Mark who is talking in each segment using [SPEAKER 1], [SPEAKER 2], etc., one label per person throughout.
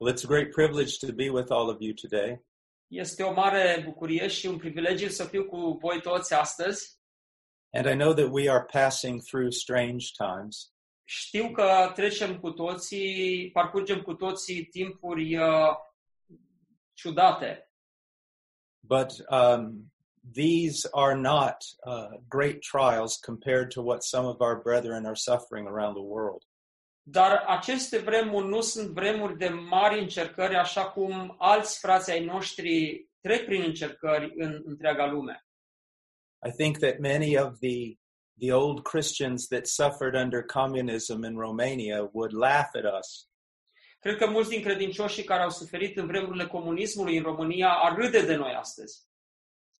[SPEAKER 1] Well, it's a great privilege to be with all of you today.
[SPEAKER 2] Este o mare bucurie și un privilegiu să fiu cu voi toți astăzi.
[SPEAKER 1] And I know that we are passing through strange times,
[SPEAKER 2] Știu că trecem cu toții, parcurgem cu toții timpuri uh, ciudate,
[SPEAKER 1] but um, these are not uh, great trials compared to what some of our brethren are suffering around the world.
[SPEAKER 2] dar aceste vremuri nu sunt vremuri de mari încercări, așa cum alți frații ai noștri trec prin încercări în întreaga lume.
[SPEAKER 1] I think that many of the the old Christians that suffered under communism in Romania would laugh at us
[SPEAKER 2] Cred că mulți din credincioșii care au suferit în vremurile comunismului în România ar râde de noi astăzi.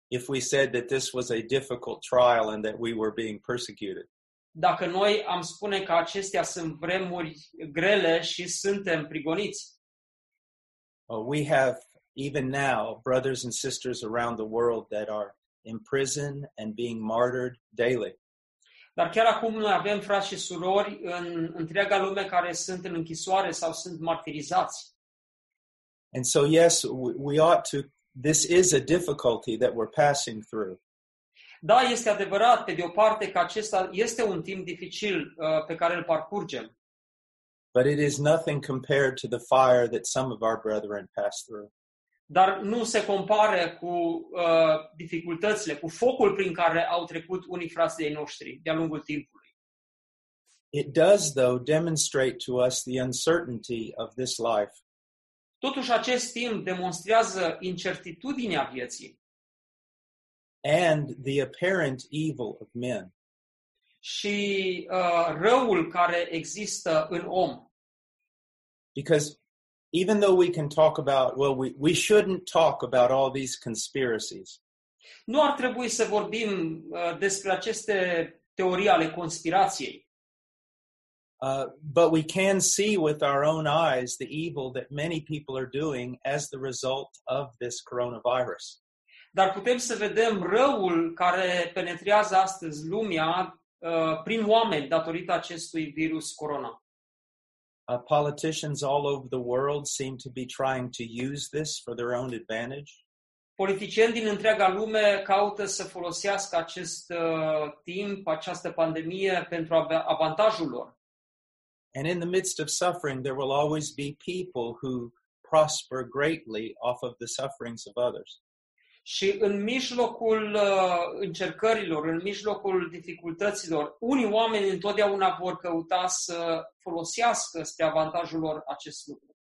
[SPEAKER 1] if we said that this was a difficult trial and that we were being persecuted.
[SPEAKER 2] Dacă noi am spune că acestea sunt vremuri grele și suntem prigoniți.
[SPEAKER 1] Uh, we have, even now, brothers and sisters around the world that are in prison and being martyred daily.
[SPEAKER 2] Dar chiar acum noi avem frați și surori în întreaga lume care sunt în închisoare sau sunt martirizați.
[SPEAKER 1] And so, yes, we, we ought to, this is a difficulty that we're passing through,
[SPEAKER 2] Da, este adevărat, pe de o parte, că acesta este un timp dificil uh, pe care îl parcurgem,
[SPEAKER 1] but it is nothing compared to the fire that some of our brethren passed through.
[SPEAKER 2] dar nu se compare cu uh, dificultățile, cu focul prin care au trecut unii frați de noștri de-a lungul timpului.
[SPEAKER 1] It does, though, demonstrate to us the uncertainty of this life.
[SPEAKER 2] Totuși, acest timp demonstrează incertitudinea vieții
[SPEAKER 1] And the apparent evil of men.
[SPEAKER 2] și uh, răul care există în om.
[SPEAKER 1] Because even though we can talk about, well, we, we shouldn't talk about all these conspiracies,
[SPEAKER 2] Nu ar trebui să vorbim uh, despre aceste teorii ale conspirației,
[SPEAKER 1] Uh, but we can see with our own eyes the evil that many people are doing as the result of this coronavirus.
[SPEAKER 2] dar putem să vedem răul care penetrează astăzi lumea uh, prin oameni datorită acestui virus corona.
[SPEAKER 1] Uh, politicians all over the world seem to be trying to use this for their own advantage.
[SPEAKER 2] Politicieni din întreaga lume caută să folosească acest uh, timp, această pandemie, pentru ave- avantajul lor.
[SPEAKER 1] And in the midst of suffering, there will always be people who prosper greatly off of the sufferings of others.
[SPEAKER 2] Și în mijlocul uh, încercărilor, în mijlocul dificultăților, unii oameni întotdeauna vor căuta să folosească spre avantajul lor acest lucru.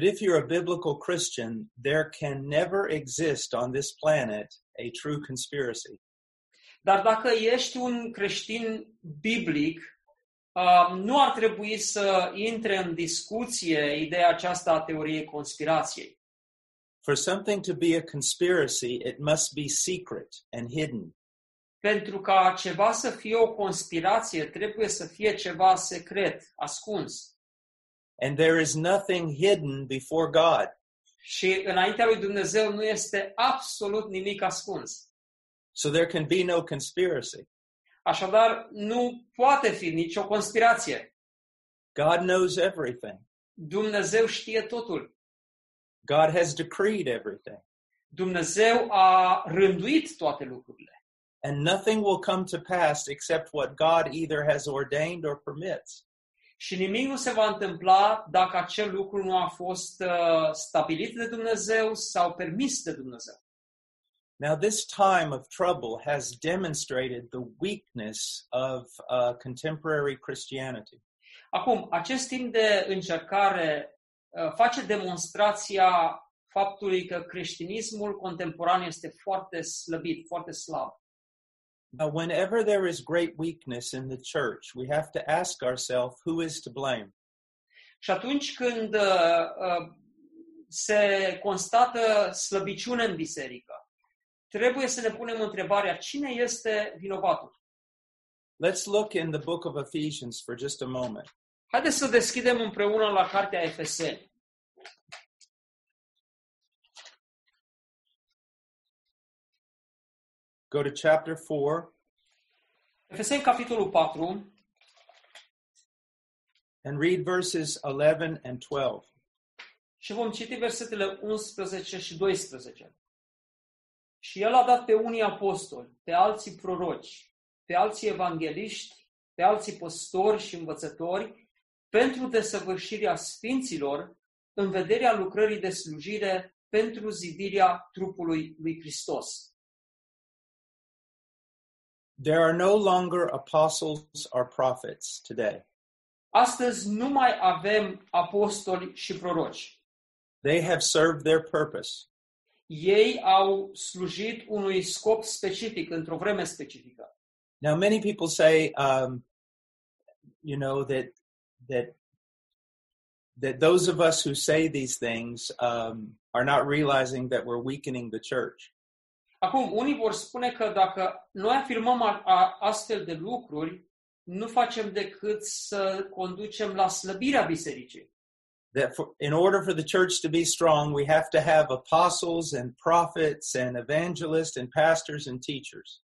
[SPEAKER 1] But if you're a biblical Christian, there can never exist on this planet a true conspiracy.
[SPEAKER 2] Dar dacă ești un creștin biblic, uh, nu ar trebui să intre în discuție ideea aceasta a teoriei conspirației.
[SPEAKER 1] For something to be a conspiracy, it must be secret and hidden.
[SPEAKER 2] Pentru ca ceva să fie o conspirație, trebuie să fie ceva secret, ascuns.
[SPEAKER 1] And there is nothing hidden before God.
[SPEAKER 2] Și înaintea lui Dumnezeu nu este absolut nimic ascuns.
[SPEAKER 1] So there can be no conspiracy.
[SPEAKER 2] Așadar, nu poate fi nicio conspirație.
[SPEAKER 1] God knows everything.
[SPEAKER 2] Dumnezeu știe totul.
[SPEAKER 1] God has decreed everything.
[SPEAKER 2] Dumnezeu a rânduit toate lucrurile.
[SPEAKER 1] And nothing will come to pass except what God either has ordained or permits.
[SPEAKER 2] Și nimic nu se va întâmpla dacă acel lucru nu a fost uh, stabilit de Dumnezeu sau permis de Dumnezeu.
[SPEAKER 1] Now, this time of trouble has demonstrated the weakness of uh, contemporary Christianity.
[SPEAKER 2] Acum, acest timp de încercare uh, face demonstrația faptului că creștinismul contemporan este foarte slăbit, foarte slab.
[SPEAKER 1] Now, whenever there is great weakness in the church, we have to ask ourselves who is to blame.
[SPEAKER 2] Și atunci când uh, uh, se constată slăbiciune în biserică, trebuie să ne punem întrebarea cine este vinovatul.
[SPEAKER 1] Let's look in the book of Ephesians for just a moment.
[SPEAKER 2] Haideți să deschidem împreună la cartea Efeseni.
[SPEAKER 1] Go to chapter 4
[SPEAKER 2] Efeseni, capitolul 4,
[SPEAKER 1] and read verses 11 and 12.
[SPEAKER 2] Și vom citi versetele 11 și 12. Și el a dat pe unii apostoli, pe alții proroci, pe alții evangeliști, pe alții păstori și învățători, pentru desăvârșirea sfinților, în vederea lucrării de slujire pentru zidirea trupului lui Hristos.
[SPEAKER 1] There are no longer apostles or prophets today.
[SPEAKER 2] Astăzi nu mai avem apostoli și proroci.
[SPEAKER 1] They have served their purpose.
[SPEAKER 2] Ei au slujit unui scop specific, într-o vreme specifică.
[SPEAKER 1] Now, many people say, um, you know, that that that those of us who say these things um, are not realizing that we're weakening the church.
[SPEAKER 2] Acum, unii vor spune că dacă noi afirmăm a, a, astfel de lucruri, nu facem decât să conducem la slăbirea bisericii.
[SPEAKER 1] That for, in order for the church to be strong, we have to have apostles and prophets and evangelists and pastors and teachers.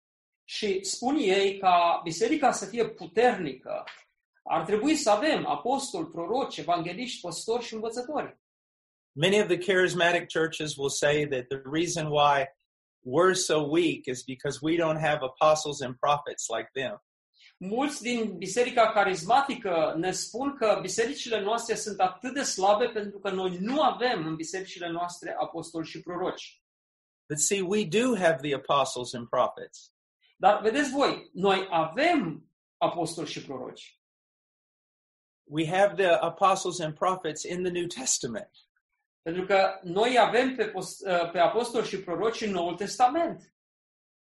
[SPEAKER 2] Și spun ei ca biserica să fie puternică, ar trebui să avem apostoli, proroci, evangeliști, păstori și învățători.
[SPEAKER 1] Many of the charismatic churches will say that the reason why we're so weak is because we don't have apostles and prophets like them.
[SPEAKER 2] Mulți din biserica carismatică ne spun că bisericile noastre sunt atât de slabe pentru că noi nu avem în bisericile noastre apostoli și proroci.
[SPEAKER 1] But see, we do have the apostles and prophets.
[SPEAKER 2] Dar vedeți voi, noi avem apostoli și proroci.
[SPEAKER 1] we have the apostles and prophets in the New Testament.
[SPEAKER 2] Pentru că noi avem pe, pos- ă, pe apostoli și proroci în Noul Testament.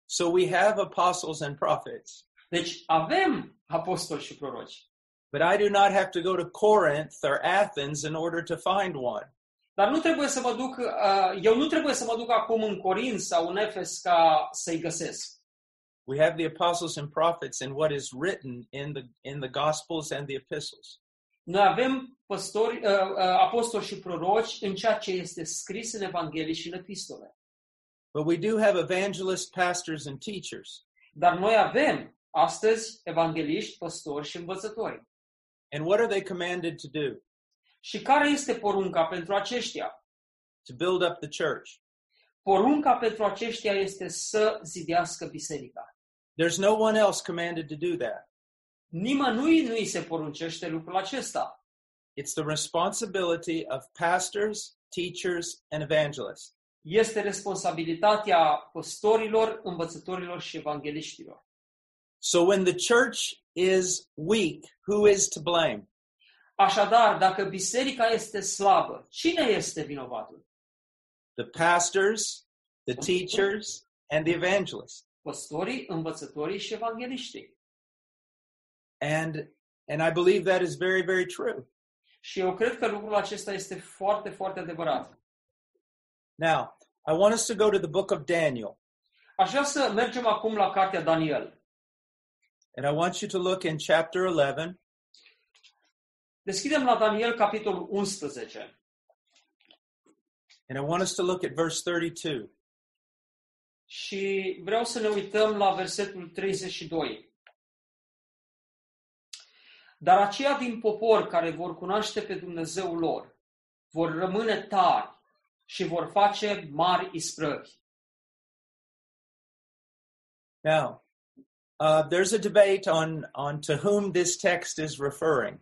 [SPEAKER 1] So we have apostles and prophets.
[SPEAKER 2] Deci avem apostoli și proroci.
[SPEAKER 1] But I do not have to go to Corinth or Athens in order to find one.
[SPEAKER 2] Dar nu trebuie să mă duc, uh, eu nu trebuie să mă duc acum în Corint sau în Efes ca să-i găsesc.
[SPEAKER 1] We have the apostles and prophets in what is written in the in the gospels and the epistles.
[SPEAKER 2] Noi avem păstori, uh, uh, apostoli și proroci în ceea ce este scris în Evanghelie și în epistole.
[SPEAKER 1] But we do have evangelists, pastors and teachers.
[SPEAKER 2] Dar noi avem astăzi evangeliști, păstori și învățători.
[SPEAKER 1] And what are they commanded to do?
[SPEAKER 2] Și care este porunca pentru aceștia?
[SPEAKER 1] To build up the church.
[SPEAKER 2] Porunca pentru aceștia este să zidească biserica.
[SPEAKER 1] There's no one else commanded to do that.
[SPEAKER 2] Nimănui nu îi se poruncește lucrul acesta.
[SPEAKER 1] It's the responsibility of pastors, teachers and evangelists.
[SPEAKER 2] Este responsabilitatea păstorilor, învățătorilor și evangeliștilor.
[SPEAKER 1] So when the church is weak, who is to blame?
[SPEAKER 2] Așadar, dacă biserica este slabă, cine este vinovatul?
[SPEAKER 1] The pastors, the teachers, and the evangelists.
[SPEAKER 2] Păstorii, învățătorii și evangeliștii.
[SPEAKER 1] And and I believe that is very very true.
[SPEAKER 2] Și eu cred că lucrul acesta este foarte, foarte adevărat.
[SPEAKER 1] Now, I want us to go to the book of Daniel,
[SPEAKER 2] Aș vrea să mergem acum la cartea Daniel.
[SPEAKER 1] and I want you to look in chapter 11
[SPEAKER 2] Deschidem la Daniel, capitolul 11.
[SPEAKER 1] and I want us to look at verse 32.
[SPEAKER 2] Și vreau să ne uităm la versetul 32. Dar aceia din popor care vor cunoaște pe Dumnezeul lor vor rămâne tari și vor face mari isprăvi.
[SPEAKER 1] Now, uh, there's a debate on on to whom this text is referring.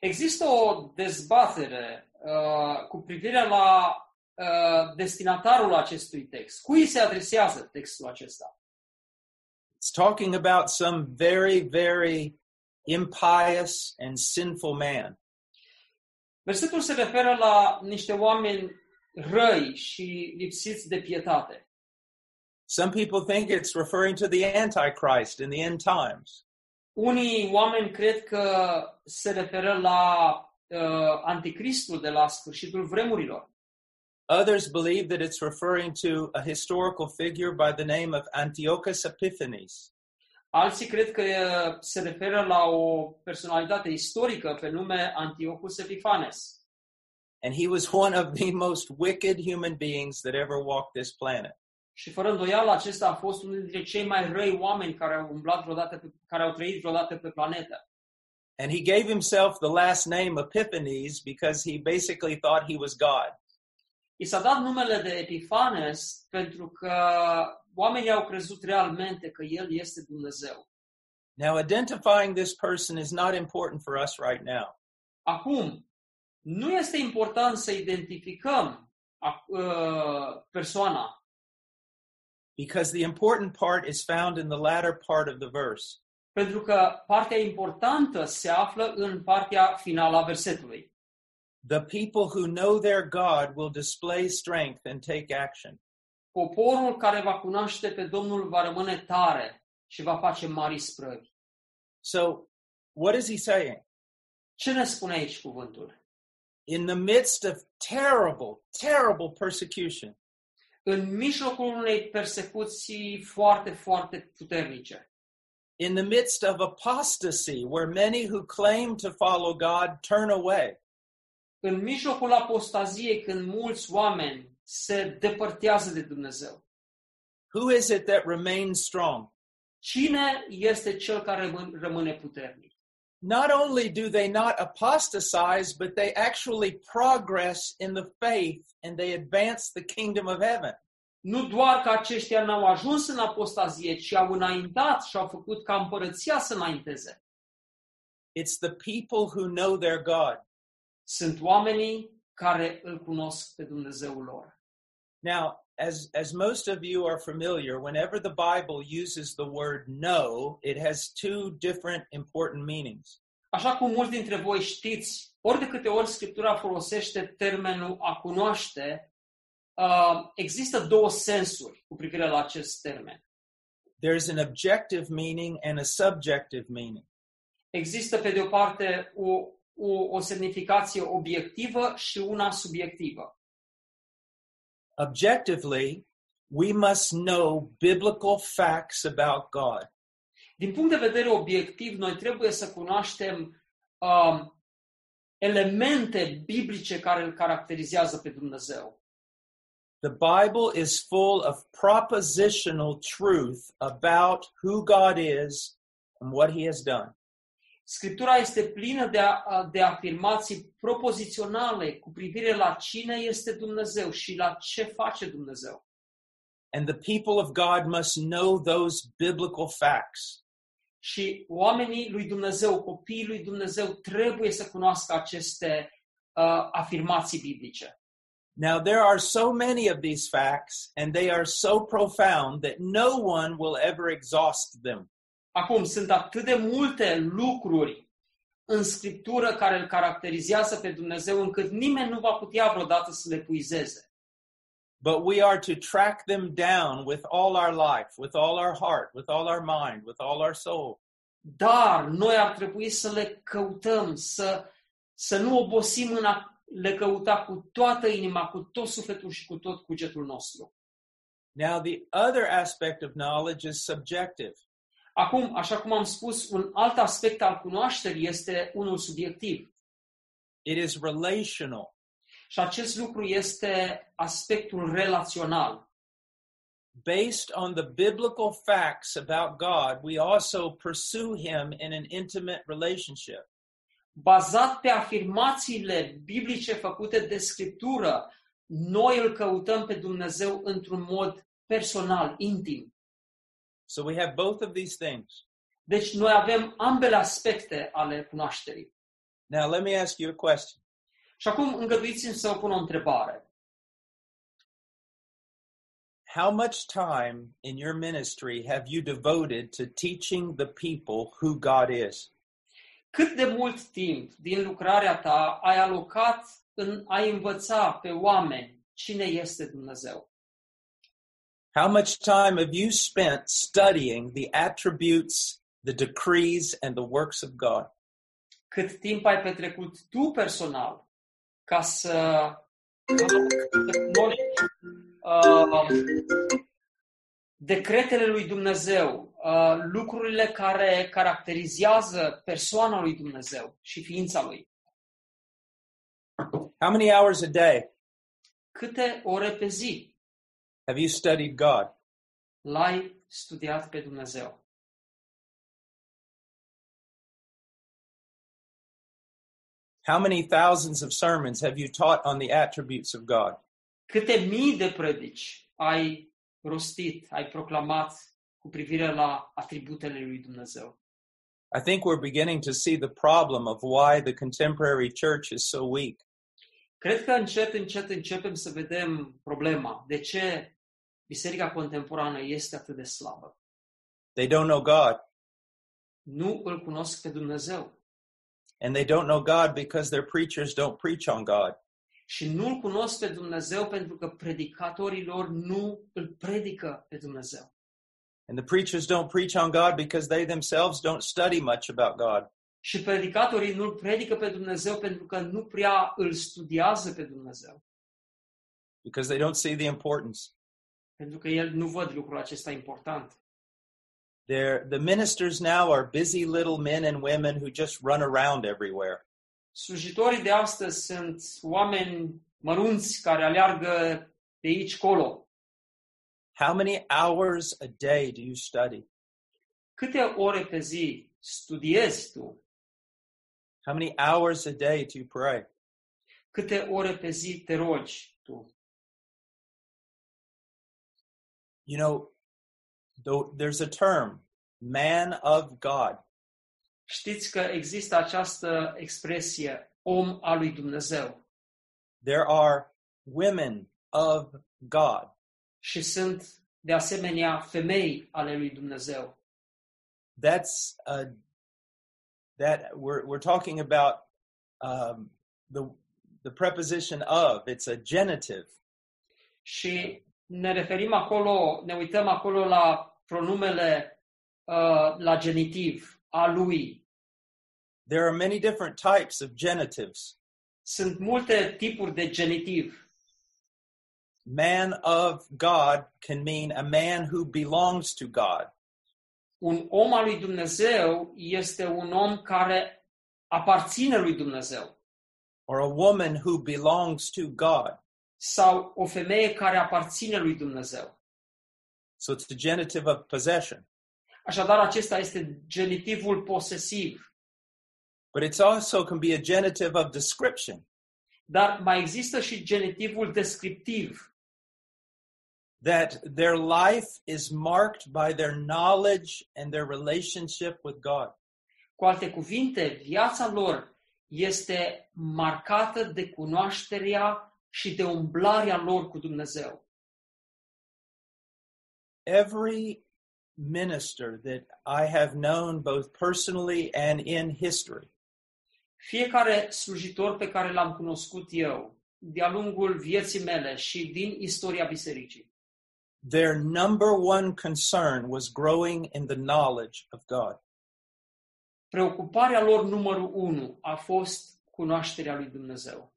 [SPEAKER 2] Există o dezbatere uh, cu privire la uh, destinatarul acestui text. Cui se adresează textul acesta?
[SPEAKER 1] It's talking about some very very impious and sinful man.
[SPEAKER 2] Versetul se referă la niște oameni răi și lipsiți de pietate.
[SPEAKER 1] Some people think it's referring to the Antichrist in the end times.
[SPEAKER 2] Unii oameni cred că se referă la uh, anticristul de la sfârșitul vremurilor.
[SPEAKER 1] Others believe that it's referring to a historical figure by the name of Antiochus Epiphanes.
[SPEAKER 2] Alții cred că uh, se referă la o personalitate istorică pe nume Antiochus Epiphanes.
[SPEAKER 1] And he was one of the most wicked human beings that ever walked this planet.
[SPEAKER 2] Și fără îndoială acesta a fost unul dintre cei mai răi oameni care au umblat vreodată, pe, care au trăit vreodată pe planetă.
[SPEAKER 1] And he gave himself the last name Epiphanes because he basically thought he was God.
[SPEAKER 2] I s-a dat numele de Epifanes pentru că oamenii au crezut realmente că el este Dumnezeu.
[SPEAKER 1] Now, identifying this person is not important for us right now.
[SPEAKER 2] Acum, nu este important să identificăm a, uh, persoana,
[SPEAKER 1] because the important part is found in the latter part of the verse.
[SPEAKER 2] pentru că partea importantă se află în partea finală a versetului.
[SPEAKER 1] The people who know their God will display strength and take action.
[SPEAKER 2] Poporul care va cunoaște pe Domnul va rămâne tare și va face mari sprăvi.
[SPEAKER 1] So, what is he saying?
[SPEAKER 2] Ce ne spune aici cuvântul?
[SPEAKER 1] In the midst of terrible, terrible persecution,
[SPEAKER 2] în mijlocul unei persecuții foarte, foarte puternice,
[SPEAKER 1] in the midst of apostasy, where many who claim to follow God turn away,
[SPEAKER 2] în mijlocul apostaziei, când mulți oameni se depărtează de Dumnezeu,
[SPEAKER 1] who is it that remains strong?
[SPEAKER 2] cine este cel care rămân- rămâne puternic?
[SPEAKER 1] Not only do they not apostatize, but they actually progress in the faith and they advance the kingdom of heaven.
[SPEAKER 2] Nu doar că aceștia n-au ajuns în apostazie, ci au înaintat și au făcut ca împărăția să înainteze.
[SPEAKER 1] It's the people who know their God.
[SPEAKER 2] Sunt oamenii care îl cunosc pe Dumnezeul lor.
[SPEAKER 1] Now, as, as most of you are familiar, whenever the Bible uses the word know, it has two different important meanings.
[SPEAKER 2] Așa cum mulți dintre voi știți, ori de câte ori Scriptura folosește termenul a cunoaște, uh, există două sensuri cu privire la acest termen.
[SPEAKER 1] There's an objective meaning and a subjective meaning.
[SPEAKER 2] Există, pe de o parte, o, o, o semnificație obiectivă și una subiectivă.
[SPEAKER 1] Objectively, we must know biblical facts about God.
[SPEAKER 2] Din punct de vedere obiectiv, noi trebuie să cunoaștem uh, elemente biblice care îl caracterizează pe Dumnezeu.
[SPEAKER 1] The Bible is full of propositional truth about who God is and what he has done.
[SPEAKER 2] Scriptura este plină de, a, de afirmații propoziționale cu privire la cine este Dumnezeu și la ce face Dumnezeu.
[SPEAKER 1] And the people of God must know those biblical facts.
[SPEAKER 2] Și oamenii lui Dumnezeu, copiii lui Dumnezeu, trebuie să cunoască aceste uh, afirmații biblice.
[SPEAKER 1] Now, there are so many of these facts, and they are so profound that no one will ever exhaust them.
[SPEAKER 2] Acum, sunt atât de multe lucruri în Scriptură care îl caracterizează pe Dumnezeu încât nimeni nu va putea vreodată să le puizeze.
[SPEAKER 1] But we are to track them down with all our life, with all our heart, with all our mind, with all our soul.
[SPEAKER 2] Dar noi ar trebui să le căutăm, să, să nu obosim în a le căuta cu toată inima, cu tot sufletul și cu tot cugetul nostru.
[SPEAKER 1] Now, the other aspect of knowledge is subjective.
[SPEAKER 2] Acum, așa cum am spus, un alt aspect al cunoașterii este unul subiectiv.
[SPEAKER 1] It is relational.
[SPEAKER 2] Și acest lucru este aspectul relațional.
[SPEAKER 1] Based on the biblical facts about God, we also pursue Him in an intimate relationship.
[SPEAKER 2] Bazat pe afirmațiile biblice făcute de Scriptură, noi îl căutăm pe Dumnezeu într-un mod personal, intim.
[SPEAKER 1] So we have both of these things.
[SPEAKER 2] Deci noi avem ambele aspecte ale cunoașterii.
[SPEAKER 1] Now, let me ask you a question.
[SPEAKER 2] Și acum îngăduiți-mi să vă pun o întrebare.
[SPEAKER 1] How much time in your ministry have you devoted to teaching the people who God is?
[SPEAKER 2] Cât de mult timp din lucrarea ta ai alocat în a învăța pe oameni cine este Dumnezeu?
[SPEAKER 1] How much time have you spent studying the attributes, the decrees, and the works of God?
[SPEAKER 2] cât timp ai petrecut tu personal ca să ca să cunoști uh, decretele lui Dumnezeu, uh, lucrurile care caracterizează persoana lui Dumnezeu și ființa lui.
[SPEAKER 1] How many hours a day
[SPEAKER 2] Câte ore pe zi
[SPEAKER 1] have you studied God?
[SPEAKER 2] l-ai studiat pe Dumnezeu?
[SPEAKER 1] How many thousands of sermons have you taught on the attributes of God?
[SPEAKER 2] Câte mii de predici ai rostit, ai proclamat cu privire la atributele lui Dumnezeu?
[SPEAKER 1] I think we're beginning to see the problem of why the contemporary church is so weak.
[SPEAKER 2] Cred că încet, încet începem să vedem problema. De ce biserica contemporană este atât de slabă?
[SPEAKER 1] They don't know God,
[SPEAKER 2] Nu îl cunosc pe Dumnezeu
[SPEAKER 1] and they don't know God because their preachers don't preach on God.
[SPEAKER 2] și nu îl cunosc pe Dumnezeu pentru că predicatorii lor nu îl predică pe Dumnezeu.
[SPEAKER 1] And the preachers don't preach on God because they themselves don't study much about God.
[SPEAKER 2] Și predicatorii nu îl predică pe Dumnezeu pentru că nu prea îl studiază pe Dumnezeu,
[SPEAKER 1] because they don't see the importance.
[SPEAKER 2] pentru că el nu văd lucrul acesta important.
[SPEAKER 1] They're, the ministers now are busy little men and women who just run around everywhere.
[SPEAKER 2] Slujitorii de astăzi sunt oameni mărunți care aleargă de aici colo.
[SPEAKER 1] How many hours a day do you study?
[SPEAKER 2] Câte ore pe zi studiezi tu?
[SPEAKER 1] How many hours a day do you pray?
[SPEAKER 2] Câte ore pe zi te rogi tu?
[SPEAKER 1] You know, though there's a term, man of God.
[SPEAKER 2] Știți că există această expresie, om al lui Dumnezeu.
[SPEAKER 1] There are women of God.
[SPEAKER 2] Și sunt, de asemenea, femei ale lui Dumnezeu.
[SPEAKER 1] That's uh, that we're we're talking about um, the the preposition of. It's a genitive.
[SPEAKER 2] Și ne referim acolo, ne uităm acolo la pronumele uh, la genitiv, a lui,
[SPEAKER 1] There are many different types of genitives.
[SPEAKER 2] Sunt multe tipuri de genitiv.
[SPEAKER 1] Man of God can mean a man who belongs to God.
[SPEAKER 2] Un om al lui Dumnezeu este un om care aparține lui Dumnezeu
[SPEAKER 1] or a woman who belongs to God.
[SPEAKER 2] sau o femeie care aparține lui Dumnezeu.
[SPEAKER 1] So it's the genitive of possession.
[SPEAKER 2] Așadar, acesta este genitivul posesiv.
[SPEAKER 1] But it's also can be a genitive of description.
[SPEAKER 2] Dar mai există și genitivul descriptiv,
[SPEAKER 1] That their life is marked by their knowledge and their relationship with God.
[SPEAKER 2] Cu alte cuvinte, viața lor este marcată de cunoașterea și de umblarea lor cu Dumnezeu.
[SPEAKER 1] Every minister that I have known, both personally and in history,
[SPEAKER 2] Fiecare slujitor pe care l-am cunoscut eu de-a lungul vieții mele și din istoria bisericii,
[SPEAKER 1] their number one concern was growing in the knowledge of God.
[SPEAKER 2] preocuparea lor numărul unu a fost cunoașterea lui Dumnezeu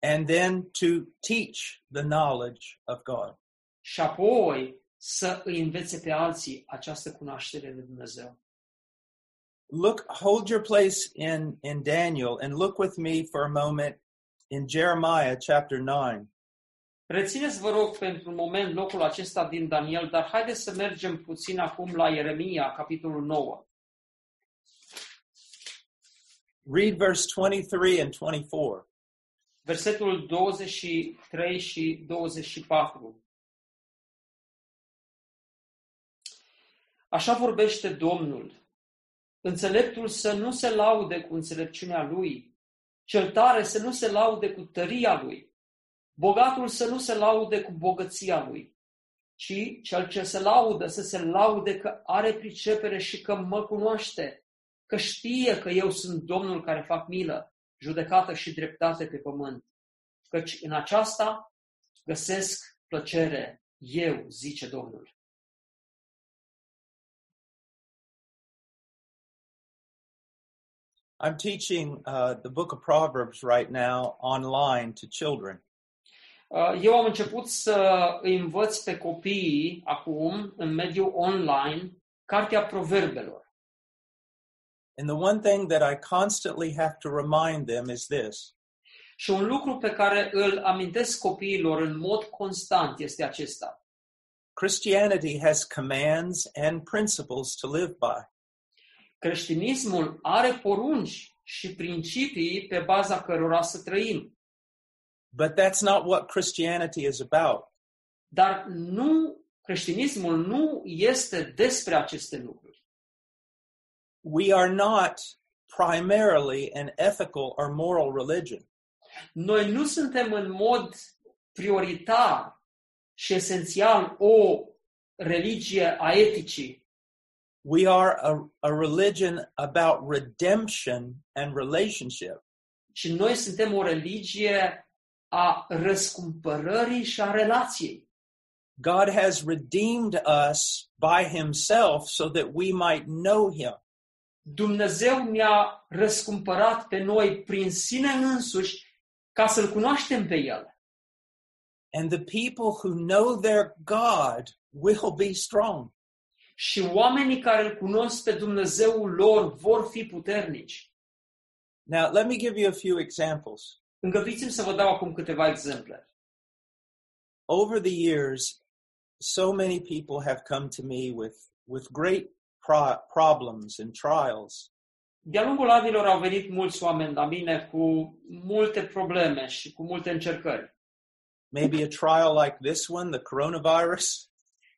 [SPEAKER 1] and then to teach the knowledge of God.
[SPEAKER 2] și apoi să îi învețe pe alții această cunoaștere de Dumnezeu.
[SPEAKER 1] Look, hold your place in, in Daniel and look with me for a moment in Jeremiah chapter 9.
[SPEAKER 2] Rețineți, vă rog, pentru un moment locul acesta din Daniel, dar haideți să mergem puțin acum la Ieremia, capitolul 9.
[SPEAKER 1] Read verse 23 and 24.
[SPEAKER 2] Versetul 23 și 24. Așa vorbește Domnul. Înțeleptul să nu se laude cu înțelepciunea lui, cel tare să nu se laude cu tăria lui, bogatul să nu se laude cu bogăția lui, ci cel ce se laudă să se laude că are pricepere și că mă cunoaște, că știe că eu sunt Domnul care fac milă, judecată și dreptate pe pământ, căci în aceasta găsesc plăcere eu, zice Domnul.
[SPEAKER 1] I'm teaching uh, the book of Proverbs right now online to children.
[SPEAKER 2] Uh, Eu am început să îi învăț pe copiii acum, în mediul online, Cartea Proverbelor.
[SPEAKER 1] And the one thing that I constantly have to remind them is this
[SPEAKER 2] Și un lucru pe care îl amintesc copiilor în mod constant este acesta.
[SPEAKER 1] Christianity has commands and principles to live by.
[SPEAKER 2] Creștinismul are porunci și principii pe baza cărora să trăim,
[SPEAKER 1] But that's not what Christianity is about.
[SPEAKER 2] dar nu creștinismul nu este despre aceste lucruri.
[SPEAKER 1] We are not primarily an ethical or moral religion.
[SPEAKER 2] Noi nu suntem în mod prioritar și esențial o religie a eticii,
[SPEAKER 1] We are a, a religion about redemption and relationship.
[SPEAKER 2] ci noi suntem o religie a răscumpărării și a relației.
[SPEAKER 1] God has redeemed us by himself so that we might know him.
[SPEAKER 2] Dumnezeu ne-a răscumpărat pe noi prin sine însuși ca să-L cunoaștem pe El.
[SPEAKER 1] And the people who know their God will be strong.
[SPEAKER 2] Și oamenii care îl cunosc pe Dumnezeul lor vor fi puternici.
[SPEAKER 1] Now, let me give you a few examples.
[SPEAKER 2] Îngăduiți-mi să vă dau acum câteva exemple.
[SPEAKER 1] Over the years, so many people have come to me with, with great pro- problems and trials.
[SPEAKER 2] De-a lungul anilor au venit mulți oameni la mine cu multe probleme și cu multe încercări.
[SPEAKER 1] Maybe a trial like this one, the coronavirus,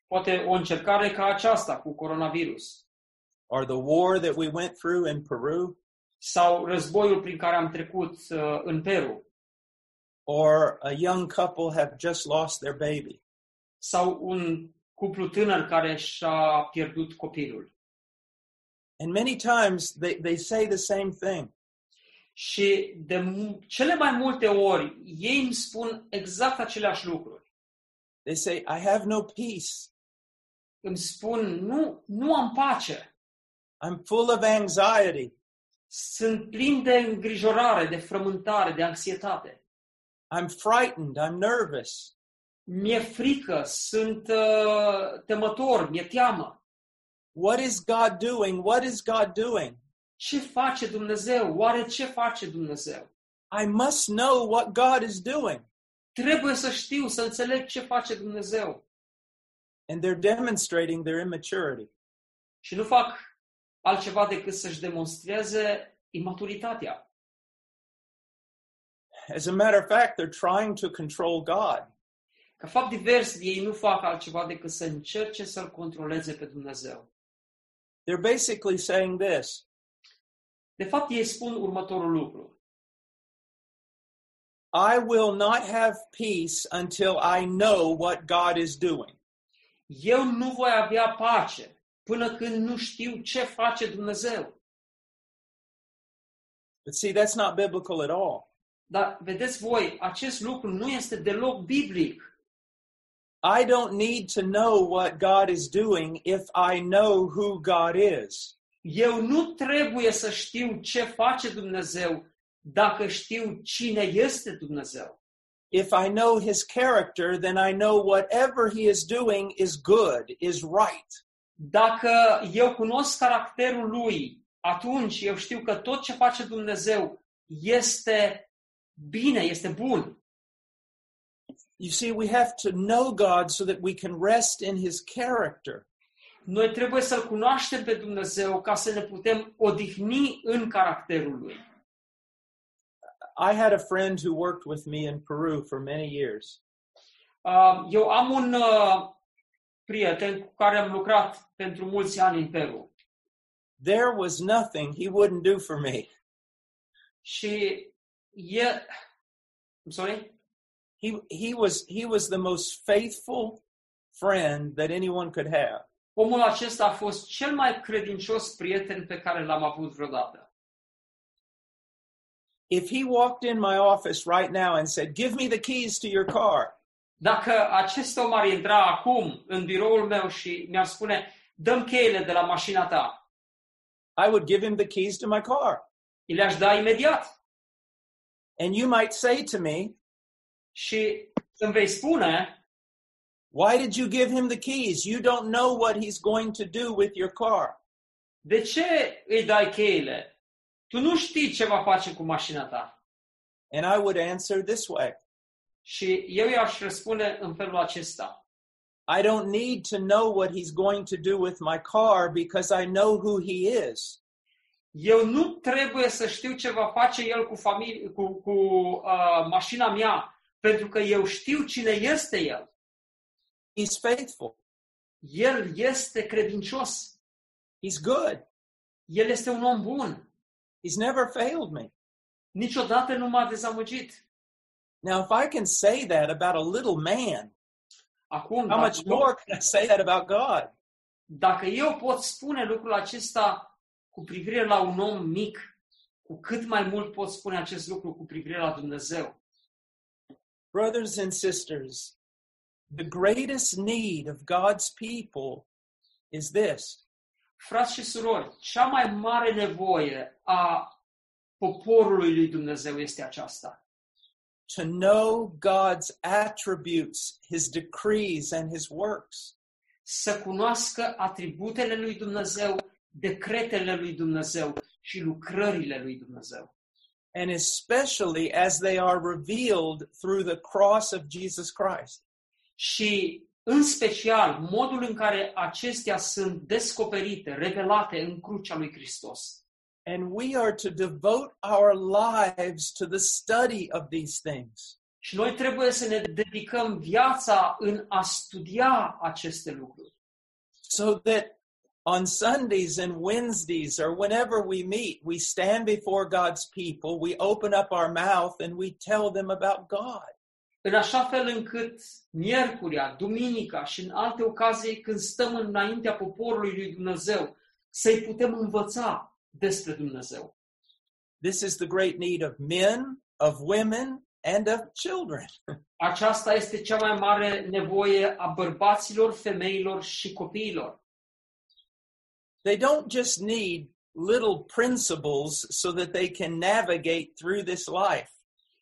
[SPEAKER 2] Poate o încercare ca aceasta cu coronavirus
[SPEAKER 1] or the war that we went through in Peru,
[SPEAKER 2] sau războiul prin care am trecut uh, în Peru.
[SPEAKER 1] or a young couple have just lost their baby.
[SPEAKER 2] sau un cuplu tânăr care și-a pierdut copilul.
[SPEAKER 1] And many times they, they say the same thing.
[SPEAKER 2] Și de mu- cele mai multe ori ei îmi spun exact aceleași lucruri.
[SPEAKER 1] They say, I have no peace.
[SPEAKER 2] Îmi spun, nu, nu am pace,
[SPEAKER 1] I'm full of anxiety.
[SPEAKER 2] sunt plin de îngrijorare, de frământare, de anxietate.
[SPEAKER 1] I'm frightened. I'm nervous.
[SPEAKER 2] Mi-e frică, sunt uh, temător, mi-e teamă.
[SPEAKER 1] What is God doing? What is God doing?
[SPEAKER 2] Ce face Dumnezeu? Oare ce face Dumnezeu?
[SPEAKER 1] I must know what God is doing.
[SPEAKER 2] Trebuie să știu, să înțeleg ce face Dumnezeu.
[SPEAKER 1] And they're demonstrating their immaturity.
[SPEAKER 2] Și nu fac altceva decât să-și demonstreze imaturitatea.
[SPEAKER 1] As a matter of fact, they're trying to control God.
[SPEAKER 2] Ca fapt divers, ei nu fac altceva decât să încerce să-L controleze pe Dumnezeu.
[SPEAKER 1] They're basically saying this
[SPEAKER 2] De fapt, ei spun următorul lucru.
[SPEAKER 1] I will not have peace until I know what God is doing.
[SPEAKER 2] Eu nu voi avea pace până când nu știu ce face Dumnezeu.
[SPEAKER 1] But see, that's not biblical at all.
[SPEAKER 2] Dar, vedeți voi, acest lucru nu este deloc biblic.
[SPEAKER 1] I don't need to know what God is doing if I know who God is.
[SPEAKER 2] Eu nu trebuie să știu ce face Dumnezeu dacă știu cine este Dumnezeu.
[SPEAKER 1] If I know his character, then I know whatever he is doing is good, is right.
[SPEAKER 2] dacă eu cunosc caracterul lui, atunci eu știu că tot ce face Dumnezeu este bine, este bun.
[SPEAKER 1] You see, we have to know God so that we can rest in his character.
[SPEAKER 2] Noi trebuie să-L cunoaștem pe Dumnezeu ca să ne putem odihni în caracterul lui.
[SPEAKER 1] I had a friend who worked with me in Peru for many years.
[SPEAKER 2] Uh, Eu am un uh, prieten cu care am lucrat pentru mulți ani în Peru
[SPEAKER 1] There was nothing he wouldn't do for me.
[SPEAKER 2] și e... I'm sorry?
[SPEAKER 1] He, he, was, he was the most faithful friend that anyone could have.
[SPEAKER 2] Omul acesta a fost cel mai credincios prieten pe care l-am avut vreodată.
[SPEAKER 1] if he walked in my office right now and said, Give me the keys to your car,
[SPEAKER 2] Dacă acest om ar intra acum în biroul meu și mi-ar spune, dăm cheile de la mașina ta,
[SPEAKER 1] I would give him the keys to my car.
[SPEAKER 2] îi le-aș da imediat.
[SPEAKER 1] And you might say to me,
[SPEAKER 2] Și îmi vei spune,
[SPEAKER 1] Why did you give him the keys? You don't know what he's going to do with your car.
[SPEAKER 2] de ce îi dai cheile? Tu nu știi ce va face cu mașina ta.
[SPEAKER 1] And I would answer this way
[SPEAKER 2] Și eu i-aș răspunde în felul acesta.
[SPEAKER 1] I don't need to know what he's going to do with my car because I know who he is.
[SPEAKER 2] Eu nu trebuie să știu ce va face el cu, famili- cu, cu uh, mașina mea, pentru că eu știu cine este el.
[SPEAKER 1] He's faithful,
[SPEAKER 2] El este credincios.
[SPEAKER 1] he's good,
[SPEAKER 2] El este un om bun.
[SPEAKER 1] he's never failed me.
[SPEAKER 2] Niciodată nu m-a dezamăgit.
[SPEAKER 1] Now, if I can say that about a little man,
[SPEAKER 2] Acum,
[SPEAKER 1] how
[SPEAKER 2] dacă,
[SPEAKER 1] much more can I say that about God?
[SPEAKER 2] dacă eu pot spune lucrul acesta cu privire la un om mic, cu cât mai mult pot spune acest lucru cu privire la Dumnezeu.
[SPEAKER 1] Brothers and sisters, the greatest need of God's people is this
[SPEAKER 2] Frați și surori, cea mai mare nevoie a poporului lui Dumnezeu este aceasta.
[SPEAKER 1] to know God's attributes, his decrees, and his works.
[SPEAKER 2] Să cunoască atributele lui Dumnezeu, decretele lui Dumnezeu și lucrările lui Dumnezeu.
[SPEAKER 1] and especially as they are revealed through the cross of Jesus Christ.
[SPEAKER 2] și în special modul în care acestea sunt descoperite, revelate în crucea lui Hristos.
[SPEAKER 1] And we are to devote our lives to the study of these things.
[SPEAKER 2] Și noi trebuie să ne dedicăm viața în a studia aceste lucruri,
[SPEAKER 1] So that on Sundays and Wednesdays or whenever we meet, we stand before God's people, we open up our mouth and we tell them about God.
[SPEAKER 2] în așa fel încât miercurea, duminica și în alte ocazii când stăm înaintea poporului lui Dumnezeu, să-i putem învăța despre Dumnezeu.
[SPEAKER 1] This is the great need of men, of women, and of children.
[SPEAKER 2] Aceasta este cea mai mare nevoie a bărbaților, femeilor și copiilor.
[SPEAKER 1] they don't just need little principles so that they can navigate through this life.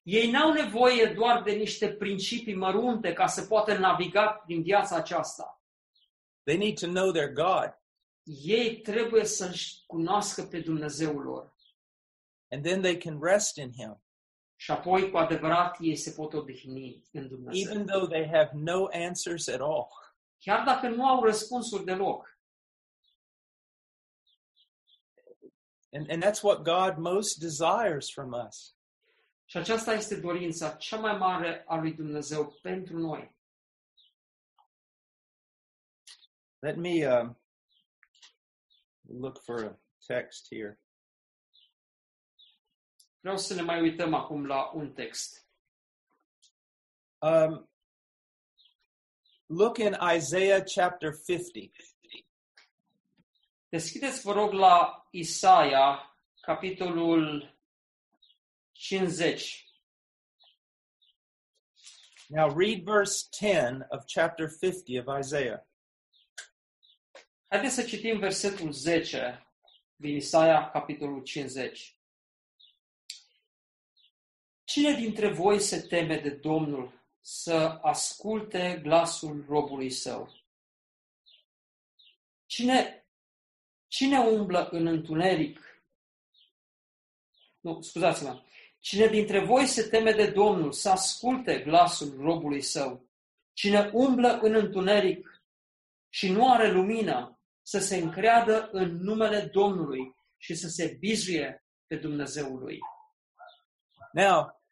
[SPEAKER 2] Ei n-au nevoie doar de niște principii mărunte ca să poată naviga din viața aceasta.
[SPEAKER 1] They need to know their God.
[SPEAKER 2] Ei trebuie să-și cunoască pe Dumnezeul lor
[SPEAKER 1] And then they can rest in Him,
[SPEAKER 2] și apoi, cu adevărat, ei se pot odihni în Dumnezeu.
[SPEAKER 1] even though they have no answers at all.
[SPEAKER 2] Chiar dacă nu au răspunsuri deloc.
[SPEAKER 1] And, and that's what God most desires from us.
[SPEAKER 2] Și aceasta este dorința cea mai mare a lui Dumnezeu pentru noi.
[SPEAKER 1] Let me um, look for a text here.
[SPEAKER 2] Vreau să ne mai uităm acum la un text.
[SPEAKER 1] Um, look in Isaiah chapter 50.
[SPEAKER 2] Deschideți, vă rog, la Isaia, capitolul 50.
[SPEAKER 1] Now read verse 10 of chapter 50 of Isaiah.
[SPEAKER 2] Haideți să citim versetul 10 din Isaia, capitolul 50. Cine dintre voi se teme de Domnul să asculte glasul robului său? Cine, cine umblă în întuneric? Nu, scuzați-mă. Cine dintre voi se teme de Domnul să asculte glasul robului său? Cine umblă în întuneric și nu are lumină, să se încreadă în numele Domnului și să se bizuie pe Dumnezeul lui.
[SPEAKER 1] Now,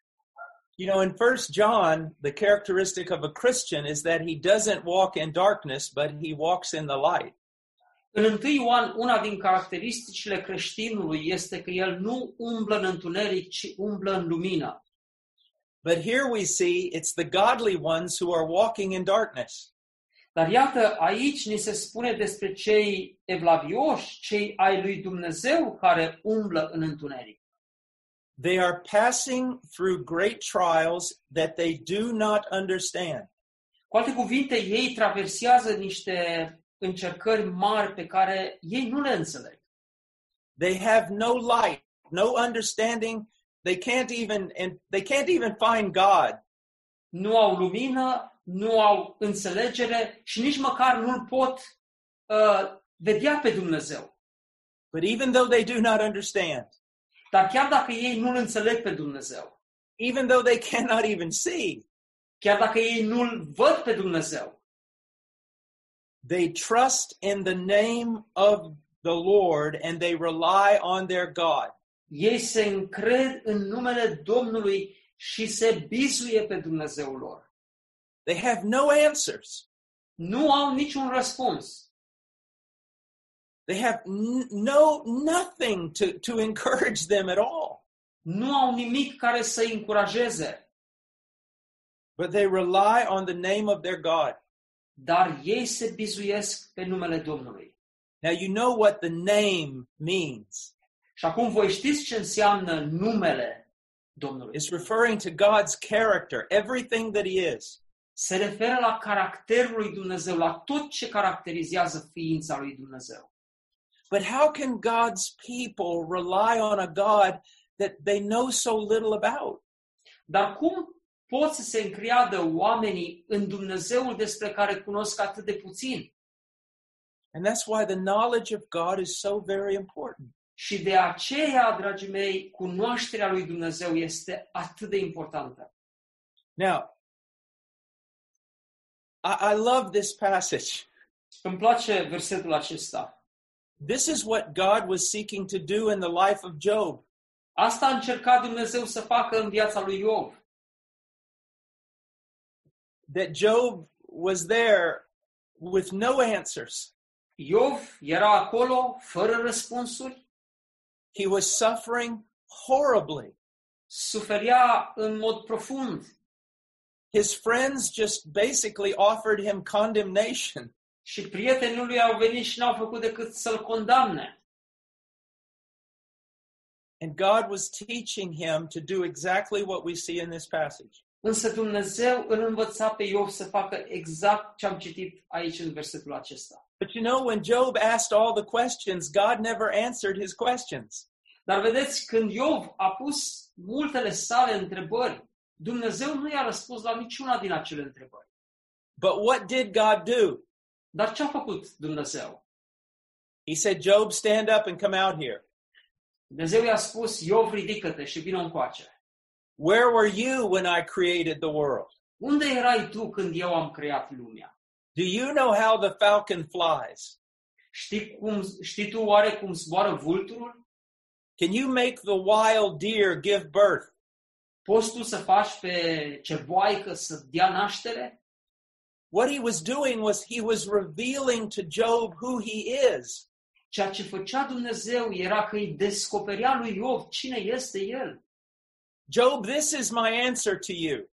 [SPEAKER 1] you know, in First John, the characteristic of a Christian is that he doesn't walk in darkness, but he walks in the light.
[SPEAKER 2] În 1 Ioan, una din caracteristicile creștinului este că el nu umblă în întuneric, ci umblă în lumină.
[SPEAKER 1] But here we see it's the godly ones who are walking in darkness.
[SPEAKER 2] Dar iată, aici ni se spune despre cei evlavioși, cei ai lui Dumnezeu care umblă în întuneric.
[SPEAKER 1] They are passing through great trials that they do not understand.
[SPEAKER 2] Cu alte cuvinte, ei traversează niște încercări mari pe care ei nu le înțeleg.
[SPEAKER 1] They have no light no understanding. They can't even and they can't even find God.
[SPEAKER 2] nu au lumină, nu au înțelegere și nici măcar nu-L pot uh, vedea pe Dumnezeu.
[SPEAKER 1] But even though they do not understand,
[SPEAKER 2] Dar chiar dacă ei nu-L înțeleg pe Dumnezeu,
[SPEAKER 1] even though they cannot even see,
[SPEAKER 2] chiar dacă ei nu-L văd pe Dumnezeu,
[SPEAKER 1] they trust in the name of the Lord and they rely on their God.
[SPEAKER 2] ei se încred în numele Domnului și se bizuie pe Dumnezeul lor.
[SPEAKER 1] They have no answers.
[SPEAKER 2] Nu au niciun răspuns.
[SPEAKER 1] They have n- no nothing to, to encourage them at all.
[SPEAKER 2] Nu au nimic care să-i încurajeze,
[SPEAKER 1] But they rely on the name of their God.
[SPEAKER 2] dar ei se bizuiesc pe numele Domnului.
[SPEAKER 1] Now you know what the name means.
[SPEAKER 2] Și acum voi știți ce înseamnă numele Domnului.
[SPEAKER 1] It's referring to God's character, everything that He is.
[SPEAKER 2] se referă la caracterul lui Dumnezeu, la tot ce caracterizează ființa lui Dumnezeu.
[SPEAKER 1] But how can God's people rely on a God that they know so little about?
[SPEAKER 2] Dar cum pot să se încreadă oamenii în Dumnezeul despre care cunosc atât de puțin?
[SPEAKER 1] And that's why the knowledge of God is so very important.
[SPEAKER 2] Și de aceea, dragii mei, cunoașterea lui Dumnezeu este atât de importantă.
[SPEAKER 1] Now, I, I love this passage.
[SPEAKER 2] Îmi place versetul acesta.
[SPEAKER 1] This is what God was seeking to do in the life of Job.
[SPEAKER 2] Asta a încercat Dumnezeu să facă în viața lui Iov.
[SPEAKER 1] That Job was there with no answers.
[SPEAKER 2] Iov era acolo, fără răspunsuri,
[SPEAKER 1] He was suffering horribly.
[SPEAKER 2] suferea în mod profund,
[SPEAKER 1] His friends just basically offered him condemnation.
[SPEAKER 2] Și prietenii lui au venit și n-au făcut decât să-l condamne.
[SPEAKER 1] And God was teaching him to do exactly what we see in this passage.
[SPEAKER 2] Însă Dumnezeu îl învăța pe Iov să facă exact ce am citit aici în versetul acesta.
[SPEAKER 1] But you know, when Job asked all the questions, God never answered his questions.
[SPEAKER 2] Dar vedeți, când Iov a pus multele sale întrebări, Dumnezeu nu i-a răspuns la niciuna din acele întrebări.
[SPEAKER 1] But what did God do?
[SPEAKER 2] Dar ce a făcut Dumnezeu?
[SPEAKER 1] He said, Job, stand up and come out here.
[SPEAKER 2] Dumnezeu i-a spus, Iov, ridică-te și vină încoace.
[SPEAKER 1] Where were you when I created the world?
[SPEAKER 2] Unde erai tu când eu am creat lumea?
[SPEAKER 1] Do you know how the falcon flies?
[SPEAKER 2] Știi, cum, știi tu oare cum zboară vulturul?
[SPEAKER 1] Can you make the wild deer give birth?
[SPEAKER 2] Poți tu să faci pe ceboaică să dea naștere?
[SPEAKER 1] What he was doing was he was revealing to Job who he is.
[SPEAKER 2] Ceea ce făcea Dumnezeu era că îi descoperea lui Iov cine este el.
[SPEAKER 1] Job, this is my answer to you.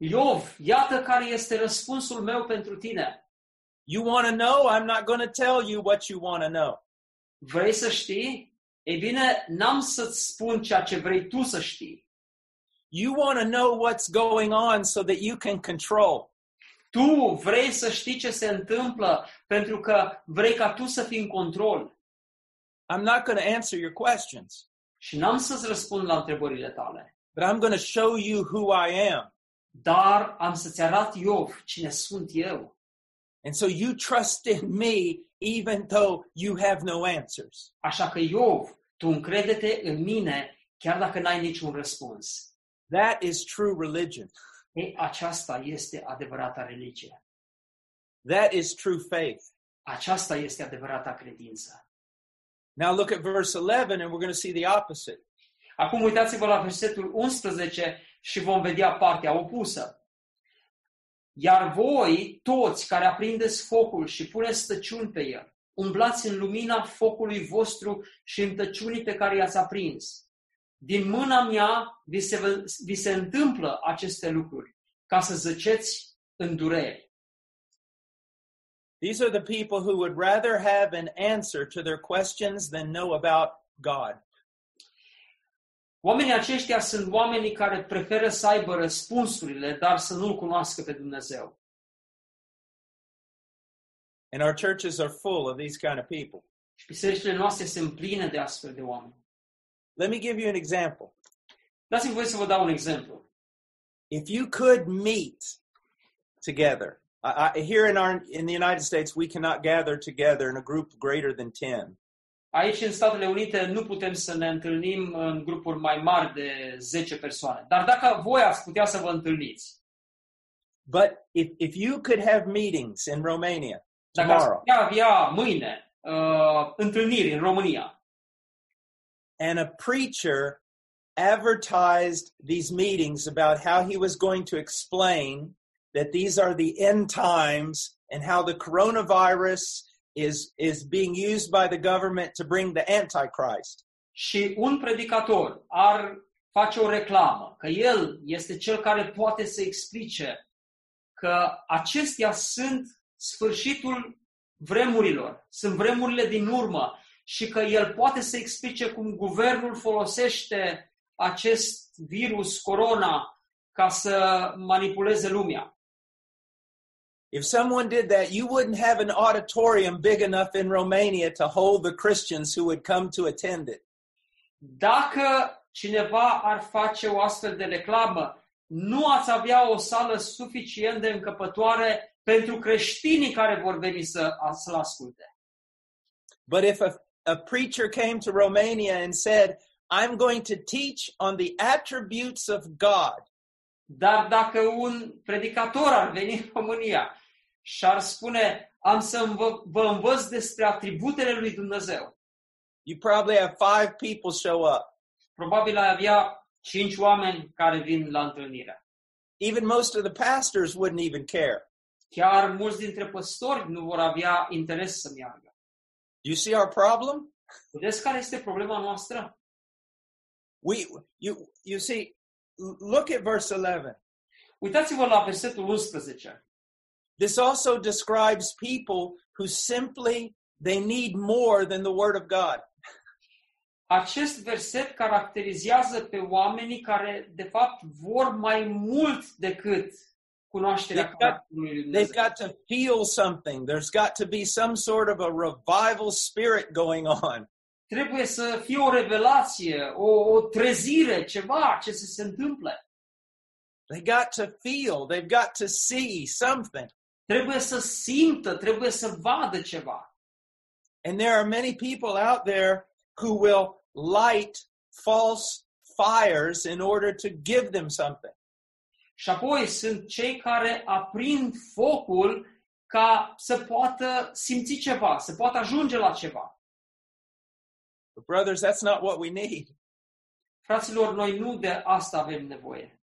[SPEAKER 2] Iov, iată care este răspunsul meu pentru tine.
[SPEAKER 1] You want to know? I'm not going to tell you what you want to know.
[SPEAKER 2] Vrei să știi? Ei bine, n-am să-ți spun ceea ce vrei tu să știi.
[SPEAKER 1] You want to know what's going on so that you can control.
[SPEAKER 2] Tu vrei să știi ce se întâmplă pentru că vrei ca tu să fii în control.
[SPEAKER 1] I'm not going to answer your questions,
[SPEAKER 2] Și n-am să-ți răspund la întrebările tale.
[SPEAKER 1] but I'm going to show you who I am.
[SPEAKER 2] Dar am să-ți arat Iov cine sunt eu.
[SPEAKER 1] And so you trust in me even though you have no answers.
[SPEAKER 2] Așa că Iov, tu încrede-te în mine chiar dacă n-ai niciun răspuns.
[SPEAKER 1] That is true religion.
[SPEAKER 2] Ei, aceasta este adevărata religie.
[SPEAKER 1] That is true faith.
[SPEAKER 2] Aceasta este adevărata credință.
[SPEAKER 1] Now look at verse 11 and we're going to see the opposite.
[SPEAKER 2] Acum uitați-vă la versetul 11 și vom vedea partea opusă. Iar voi, toți care aprindeți focul și puneți stăciuni pe el, umblați în lumina focului vostru și în tăciunii pe care i-ați aprins. Din mâna mea vi se, vi se întâmplă aceste lucruri, ca să zăceți în dureri.
[SPEAKER 1] These are the people who would rather have an answer to their questions than know about God.
[SPEAKER 2] Oamenii aceștia sunt oamenii care preferă să aibă răspunsurile, dar să nu-L cunoască pe Dumnezeu.
[SPEAKER 1] And our churches are full of these kind of people.
[SPEAKER 2] Și bisericile noastre se împlină de astfel de oameni.
[SPEAKER 1] Let me give you an example.
[SPEAKER 2] Dați-mi voie să vă dau un exemplu.
[SPEAKER 1] If you could meet together, I, I, here in our in the United States, we cannot gather together in a group greater than ten.
[SPEAKER 2] Aici, în Statele Unite, nu putem să ne întâlnim în grupuri mai mari de 10 persoane. Dar dacă voi ați putea să vă întâlniți,
[SPEAKER 1] But if if you could have meetings in Romania
[SPEAKER 2] dacă ați
[SPEAKER 1] tomorrow
[SPEAKER 2] putea avea mâine uh, întâlniri în România
[SPEAKER 1] and a preacher advertised these meetings about how he was going to explain that these are the end times and how the coronavirus is is being used by the government to bring the antichrist
[SPEAKER 2] și un predicator ar face o reclamă că el este cel care poate să explice că acestea sunt sfârșitul vremurilor, sunt vremurile din urmă și că el poate să explice cum guvernul folosește acest virus, corona, ca să manipuleze lumea.
[SPEAKER 1] if someone did that you wouldn't have an auditorium big enough in romania to hold the christians who would come to attend it
[SPEAKER 2] Dacă cineva ar face o astfel de reclamă, nu ați avea o sală suficient de încăpătoare pentru creștinii care vor veni să, să-l asculte.
[SPEAKER 1] But if a, a preacher came to Romania and said, I'm going to teach on the attributes of God,
[SPEAKER 2] Dar dacă un predicator ar veni în România și ar spune, am să învă- vă învăț despre atributele lui Dumnezeu,
[SPEAKER 1] you probably have five people show up.
[SPEAKER 2] probabil ai avea cinci oameni care vin la întâlnire.
[SPEAKER 1] Even most of the pastors wouldn't even care.
[SPEAKER 2] Chiar mulți dintre păstori nu vor avea interes să meargă.
[SPEAKER 1] Do you see our problem?
[SPEAKER 2] Vedeți care este problema noastră?
[SPEAKER 1] We, you, you see, l- look at verse 11.
[SPEAKER 2] Uitați-vă la versetul 11.
[SPEAKER 1] This also describes people who simply, they need more than the word of God.
[SPEAKER 2] Acest verset caracterizează pe oamenii care, de fapt, vor mai mult decât cunoașterea
[SPEAKER 1] Deci,
[SPEAKER 2] caracterului lui
[SPEAKER 1] They've
[SPEAKER 2] Dumnezeu.
[SPEAKER 1] got to feel something. There's got to be some sort of a revival spirit going on.
[SPEAKER 2] Trebuie să fie o revelație, o, o trezire, ceva ce să se întâmple.
[SPEAKER 1] They got to feel, they've got to see something.
[SPEAKER 2] Trebuie să simtă, trebuie să vadă ceva.
[SPEAKER 1] And there are many people out there who will light false fires in order to give them something.
[SPEAKER 2] Și apoi sunt cei care aprind focul ca să poată simți ceva, să poată ajunge la ceva.
[SPEAKER 1] But brothers, that's not what we need.
[SPEAKER 2] Fraților, noi nu de asta avem nevoie.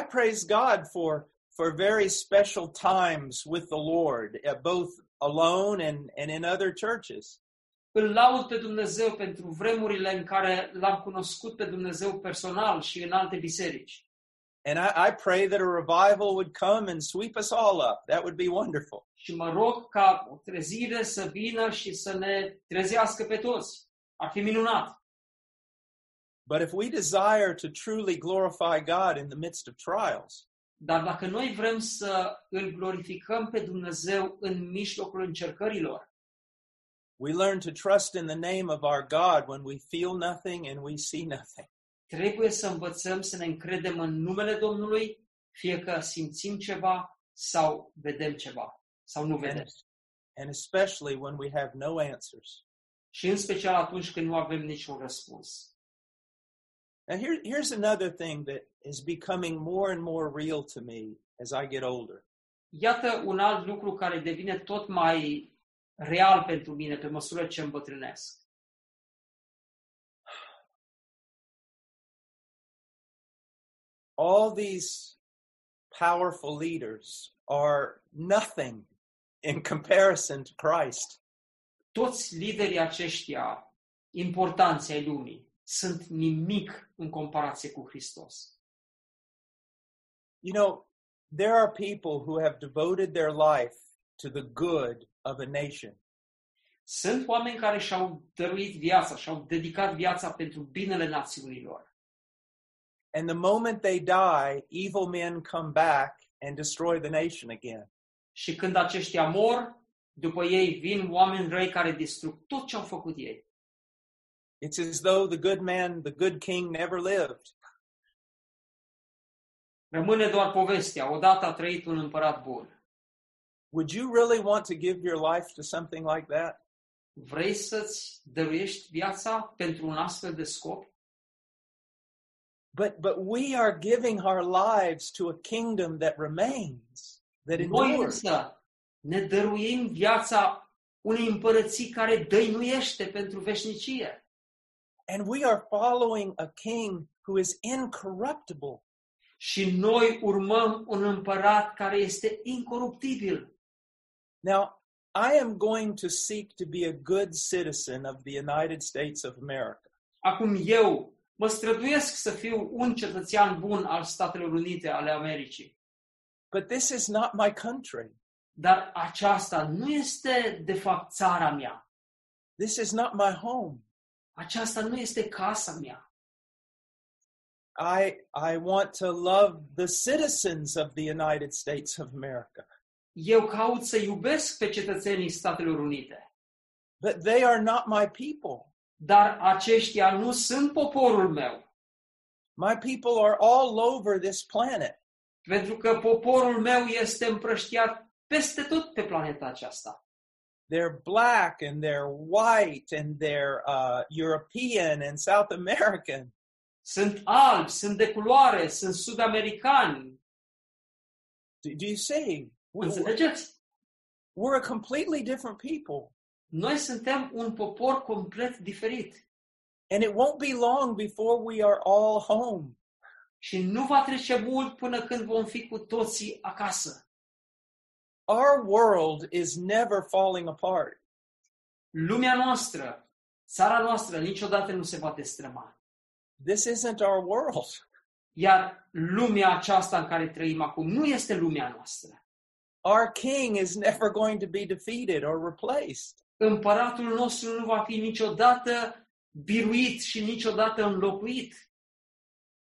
[SPEAKER 1] I praise God for for very special times with the Lord, uh, both alone and, and in other churches.
[SPEAKER 2] Îl laud pe Dumnezeu pentru vremurile în care l-am cunoscut pe Dumnezeu personal și în alte biserici.
[SPEAKER 1] And I, I pray that a revival would come and sweep us all up. That would be wonderful.
[SPEAKER 2] Și mă rog ca o trezire să vină și să ne trezească pe toți. Ar fi minunat.
[SPEAKER 1] But if we desire to truly glorify God in the midst of trials,
[SPEAKER 2] Dar dacă noi vrem să îl glorificăm pe Dumnezeu în mijlocul încercărilor,
[SPEAKER 1] We learn to trust in the name of our God when we feel nothing and we see nothing.
[SPEAKER 2] trebuie să învățăm să ne încredem în numele Domnului, fie că simțim ceva sau vedem ceva sau nu vedem.
[SPEAKER 1] And, and especially when we have no answers.
[SPEAKER 2] Și în special atunci când nu avem niciun răspuns.
[SPEAKER 1] Now, here, here's another thing that is becoming more and more real to me as I get older.
[SPEAKER 2] Iată un alt lucru care devine tot mai real pentru mine pe măsură ce îmbătrânesc.
[SPEAKER 1] All these powerful leaders are nothing in comparison to Christ.
[SPEAKER 2] Toți liderii aceștia, importanții ai lumii, sunt nimic în comparație cu Hristos.
[SPEAKER 1] You know, there are people who have devoted their life to the good of a nation.
[SPEAKER 2] Sunt oameni care și-au dăruit viața, și-au dedicat viața pentru binele națiunilor.
[SPEAKER 1] And the moment they die, evil men come back and destroy the nation again.
[SPEAKER 2] Și când aceștia mor, după ei vin oameni răi care distrug tot ce au făcut ei.
[SPEAKER 1] It's as though the good man, the good king never lived.
[SPEAKER 2] Rămâne doar povestea. Odată a trăit un împărat bun.
[SPEAKER 1] Would you really want to give your life to something like that?
[SPEAKER 2] Vrei să-ți dăruiești viața pentru un astfel de scop?
[SPEAKER 1] But but we are giving our lives to a kingdom that remains, that
[SPEAKER 2] Noi
[SPEAKER 1] endures.
[SPEAKER 2] însă ne dăruim viața unei împărății care dăinuiește pentru veșnicie.
[SPEAKER 1] And we are following a king who is incorruptible.
[SPEAKER 2] Și noi urmăm un împărat care este incoruptibil.
[SPEAKER 1] Now, I am going to seek to be a good citizen of the United States of America.
[SPEAKER 2] Acum eu mă străduiesc să fiu un cetățean bun al Statelor Unite ale Americii.
[SPEAKER 1] But this is not my country.
[SPEAKER 2] Dar aceasta nu este, de fapt, țara mea.
[SPEAKER 1] This is not my home.
[SPEAKER 2] Aceasta nu este casa mea.
[SPEAKER 1] I I want to love the citizens of the United States of America.
[SPEAKER 2] Eu caut să iubesc pe cetățenii Statelor Unite,
[SPEAKER 1] But they are not my people.
[SPEAKER 2] dar aceștia nu sunt poporul meu.
[SPEAKER 1] My people are all over this planet.
[SPEAKER 2] Pentru că poporul meu este împrăștiat peste tot pe planeta aceasta.
[SPEAKER 1] They're black and they're white and they're uh, European and South American.
[SPEAKER 2] Sunt albi, sunt de culoare, sunt sud-americani.
[SPEAKER 1] Do, do you see? We,
[SPEAKER 2] Înțelegeți?
[SPEAKER 1] we're a completely different people.
[SPEAKER 2] Noi suntem un popor complet diferit.
[SPEAKER 1] And it won't be long before we are all home.
[SPEAKER 2] Și nu va trece mult până când vom fi cu toții acasă.
[SPEAKER 1] Our world is never falling apart.
[SPEAKER 2] Lumea noastră, țara noastră, niciodată nu se va destrăma.
[SPEAKER 1] This isn't our world.
[SPEAKER 2] Iar lumea aceasta în care trăim acum nu este lumea noastră.
[SPEAKER 1] Our king is never going to be defeated or replaced.
[SPEAKER 2] Împăratul nostru nu va fi niciodată biruit și niciodată înlocuit.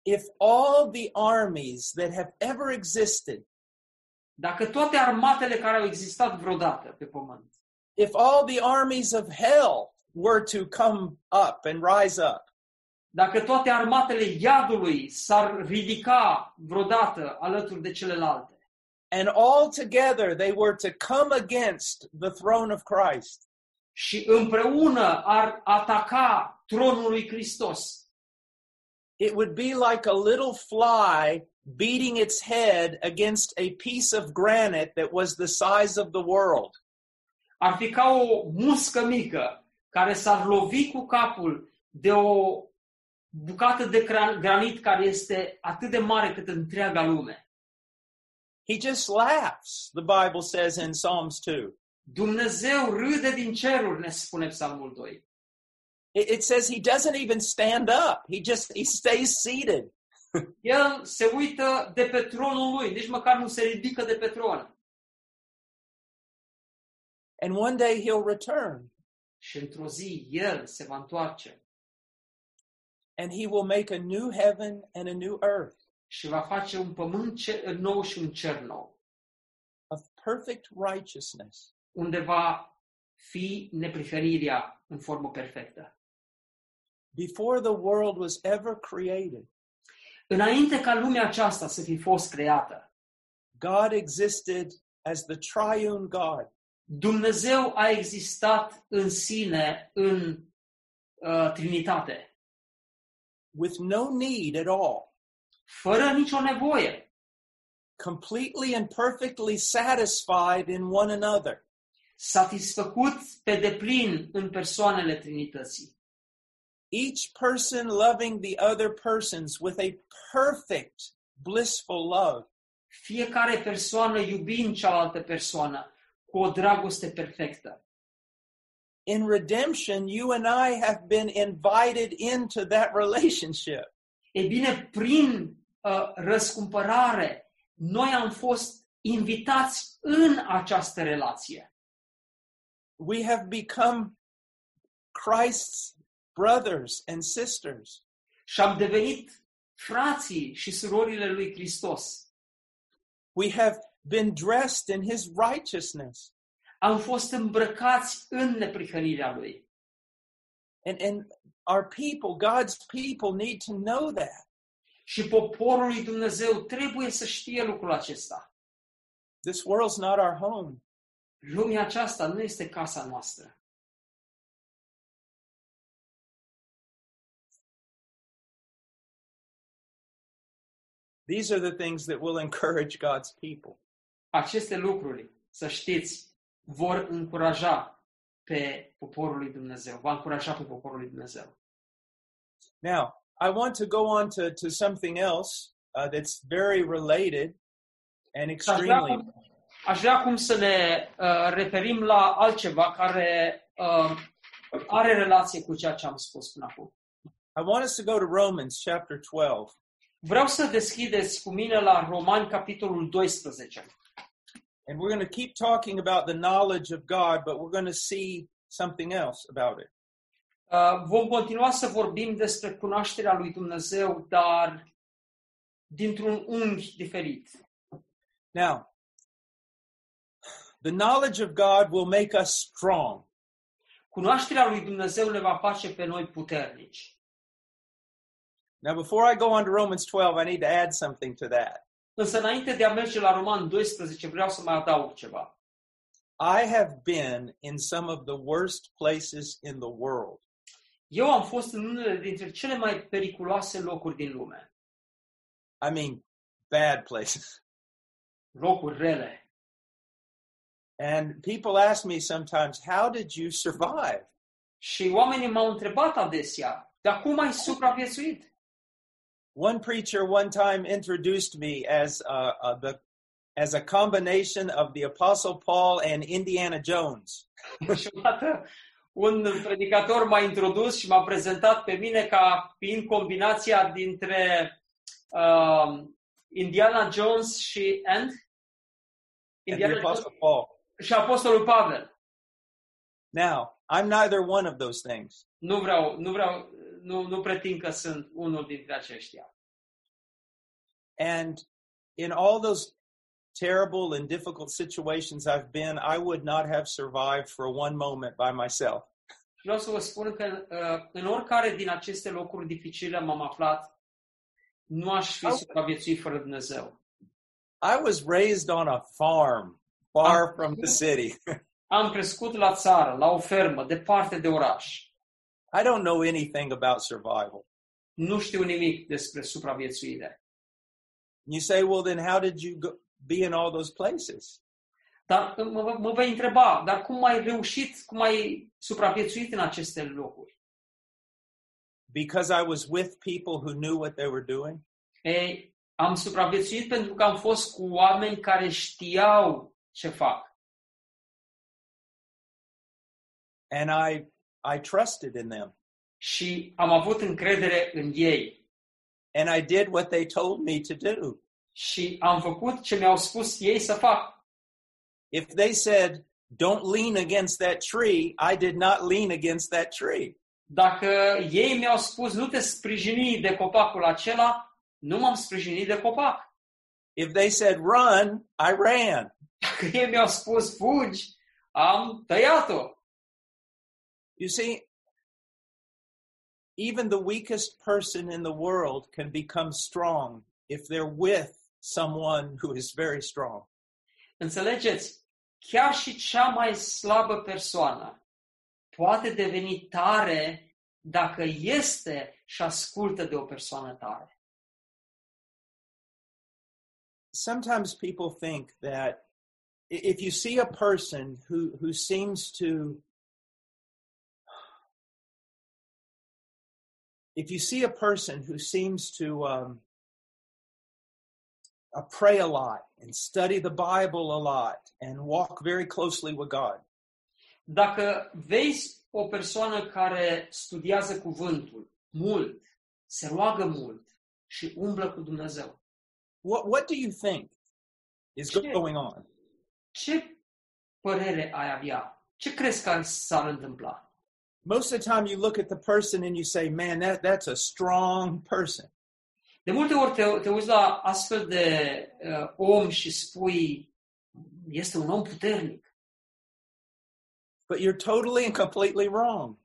[SPEAKER 1] If all the armies that have ever existed,
[SPEAKER 2] Dacă toate armatele care au existat vreodată pe pământ,
[SPEAKER 1] if all the armies of hell were to come up and rise up,
[SPEAKER 2] dacă toate armatele iadului s-ar ridica vreodată alături de celelalte
[SPEAKER 1] and all together they were to come against the throne of Christ,
[SPEAKER 2] și împreună ar ataca tronul lui Hristos,
[SPEAKER 1] it would be like a little fly beating its head against a piece of granite that was the size of the world.
[SPEAKER 2] ar fi ca o muscă mică care s-ar lovi cu capul de o bucată de cra- granit care este atât de mare cât întreaga lume.
[SPEAKER 1] He just laughs, the Bible says in Psalms 2.
[SPEAKER 2] Dumnezeu râde din ceruri, ne spune Psalmul 2.
[SPEAKER 1] It, it says he doesn't even stand up. He just he stays seated.
[SPEAKER 2] El se uită de pe tronul lui, nici măcar nu se ridică de pe tron.
[SPEAKER 1] And one day he'll return
[SPEAKER 2] Și într-o zi el se va întoarce
[SPEAKER 1] and he will make a new heaven and a new earth
[SPEAKER 2] și va face un pământ ce- nou și un cer nou,
[SPEAKER 1] of perfect righteousness.
[SPEAKER 2] unde va fi nepriferirea în formă perfectă.
[SPEAKER 1] Before the world was ever created,
[SPEAKER 2] Înainte ca lumea aceasta să fi fost creată,
[SPEAKER 1] God existed as the triune God.
[SPEAKER 2] Dumnezeu a existat în sine, în uh, Trinitate,
[SPEAKER 1] with no need at all,
[SPEAKER 2] fără nicio nevoie,
[SPEAKER 1] completely and perfectly satisfied in one another.
[SPEAKER 2] satisfăcut pe deplin în persoanele Trinității.
[SPEAKER 1] Each person loving the other persons with a perfect, blissful love.
[SPEAKER 2] Fiecare persoană iubind cealaltă persoană cu o dragoste perfectă.
[SPEAKER 1] In redemption, you and I have been invited into that relationship.
[SPEAKER 2] E bine, prin uh, răscumpărare, noi am fost invitați în această relație.
[SPEAKER 1] We have become Christ's brothers and sisters.
[SPEAKER 2] Și am devenit frații și surorile lui Hristos.
[SPEAKER 1] We have been dressed in his righteousness.
[SPEAKER 2] Am fost îmbrăcați în neprihănirea lui.
[SPEAKER 1] And, and our people, God's people, need to know that.
[SPEAKER 2] Și poporul lui Dumnezeu trebuie să știe lucrul acesta.
[SPEAKER 1] This world's not our home.
[SPEAKER 2] Lumea aceasta nu este casa noastră.
[SPEAKER 1] These are the things that will encourage God's people.
[SPEAKER 2] Aceste lucruri, să știți, vor încuraja pe poporul lui Dumnezeu. Va încuraja pe poporul lui Dumnezeu.
[SPEAKER 1] Now, I want to go on to, to something else uh, that's very related and
[SPEAKER 2] Și Aș vrea,
[SPEAKER 1] extremely.
[SPEAKER 2] acum, aș vrea acum să ne uh, referim la altceva care uh, are relație cu ceea ce am spus până acum.
[SPEAKER 1] I want us to go to Romans chapter 12.
[SPEAKER 2] Vreau să deschideți cu mine la Romani, capitolul 12.
[SPEAKER 1] And we're going to keep talking about the knowledge of God, but we're going to see something else about it.
[SPEAKER 2] Uh, Vom continua să vorbim despre cunoașterea lui Dumnezeu, dar dintr-un unghi diferit.
[SPEAKER 1] Now, the knowledge of God will make us strong.
[SPEAKER 2] Cunoașterea lui Dumnezeu ne va face pe noi puternici.
[SPEAKER 1] Now, before I go on to Romans 12, I need to add something to that.
[SPEAKER 2] Însă înainte de a merge la Roman 12, vreau să mai adaug ceva.
[SPEAKER 1] I have been in some of the worst places in the world.
[SPEAKER 2] Eu am fost în unele dintre cele mai periculoase locuri din lume.
[SPEAKER 1] I mean, bad places.
[SPEAKER 2] Locuri rele.
[SPEAKER 1] And people ask me sometimes, how did you survive?
[SPEAKER 2] Și oamenii m-au întrebat adesea, dar cum ai supraviețuit?
[SPEAKER 1] One preacher one time introduced me as uh, uh, the as a combination of the Apostle Paul and Indiana Jones.
[SPEAKER 2] Și odată un predicator m-a introdus și m-a prezentat pe mine ca fiind combinația dintre uh, Indiana Jones și and
[SPEAKER 1] And the
[SPEAKER 2] Indiana Jones
[SPEAKER 1] Apostle Paul.
[SPEAKER 2] și Apostolul Pavel.
[SPEAKER 1] Now, I'm neither one of those things.
[SPEAKER 2] Nu vreau, nu vreau, nu, nu pretind că sunt unul dintre aceștia.
[SPEAKER 1] And in all those terrible and difficult situations I've been, I would not have survived for one moment by myself.
[SPEAKER 2] Vreau să vă spun că uh, în oricare din aceste locuri dificile m-am aflat, nu aș fi supraviețuit fără Dumnezeu.
[SPEAKER 1] I was raised on a farm far from the city.
[SPEAKER 2] Am crescut la țară, la o fermă, departe de oraș.
[SPEAKER 1] I don't know anything about survival.
[SPEAKER 2] nu știu nimic despre supraviețuire.
[SPEAKER 1] You say, well, then how did you go, be in all those places?
[SPEAKER 2] Dar uh, mă, mă vei întreba, dar cum ai reușit, cum ai supraviețuit în aceste locuri?
[SPEAKER 1] Because I was with people who knew what they were doing.
[SPEAKER 2] Ei, am supraviețuit pentru că am fost cu oameni care știau ce fac
[SPEAKER 1] And I, I trusted in them.
[SPEAKER 2] și am avut încredere în ei
[SPEAKER 1] And I did what they told me to do.
[SPEAKER 2] și am făcut ce mi-au spus ei să fac.
[SPEAKER 1] If they said, don't lean against that tree, I did not lean against that tree.
[SPEAKER 2] Dacă ei mi-au spus nu te sprijini de copacul acela, nu m-am sprijinit de copac.
[SPEAKER 1] If they said, run, I ran.
[SPEAKER 2] Dacă ei mi-au spus fugi, am tăiat-o.
[SPEAKER 1] You see, even the weakest person in the world can become strong if they're with someone who is very strong.
[SPEAKER 2] Înțelegeți? Chiar și cea mai slabă persoană poate deveni tare dacă este și ascultă de o persoană tare.
[SPEAKER 1] Sometimes people think that i- if you see a person who, who seems to, if you see a person who seems to um, uh, pray a lot and study the Bible a lot and walk very closely with God,
[SPEAKER 2] Dacă vezi o persoană care studiază cuvântul mult, se roagă mult și umblă cu Dumnezeu,
[SPEAKER 1] What What do you think is
[SPEAKER 2] Shit.
[SPEAKER 1] going on?
[SPEAKER 2] ce părere ai avea? Ce crezi că s-ar întâmpla?
[SPEAKER 1] Most of the time, you look at the person and you say, "Man, that that's a strong person."
[SPEAKER 2] De multe ori te, te uiți la astfel de uh, om și spui, este un om puternic.
[SPEAKER 1] But you're totally and completely wrong.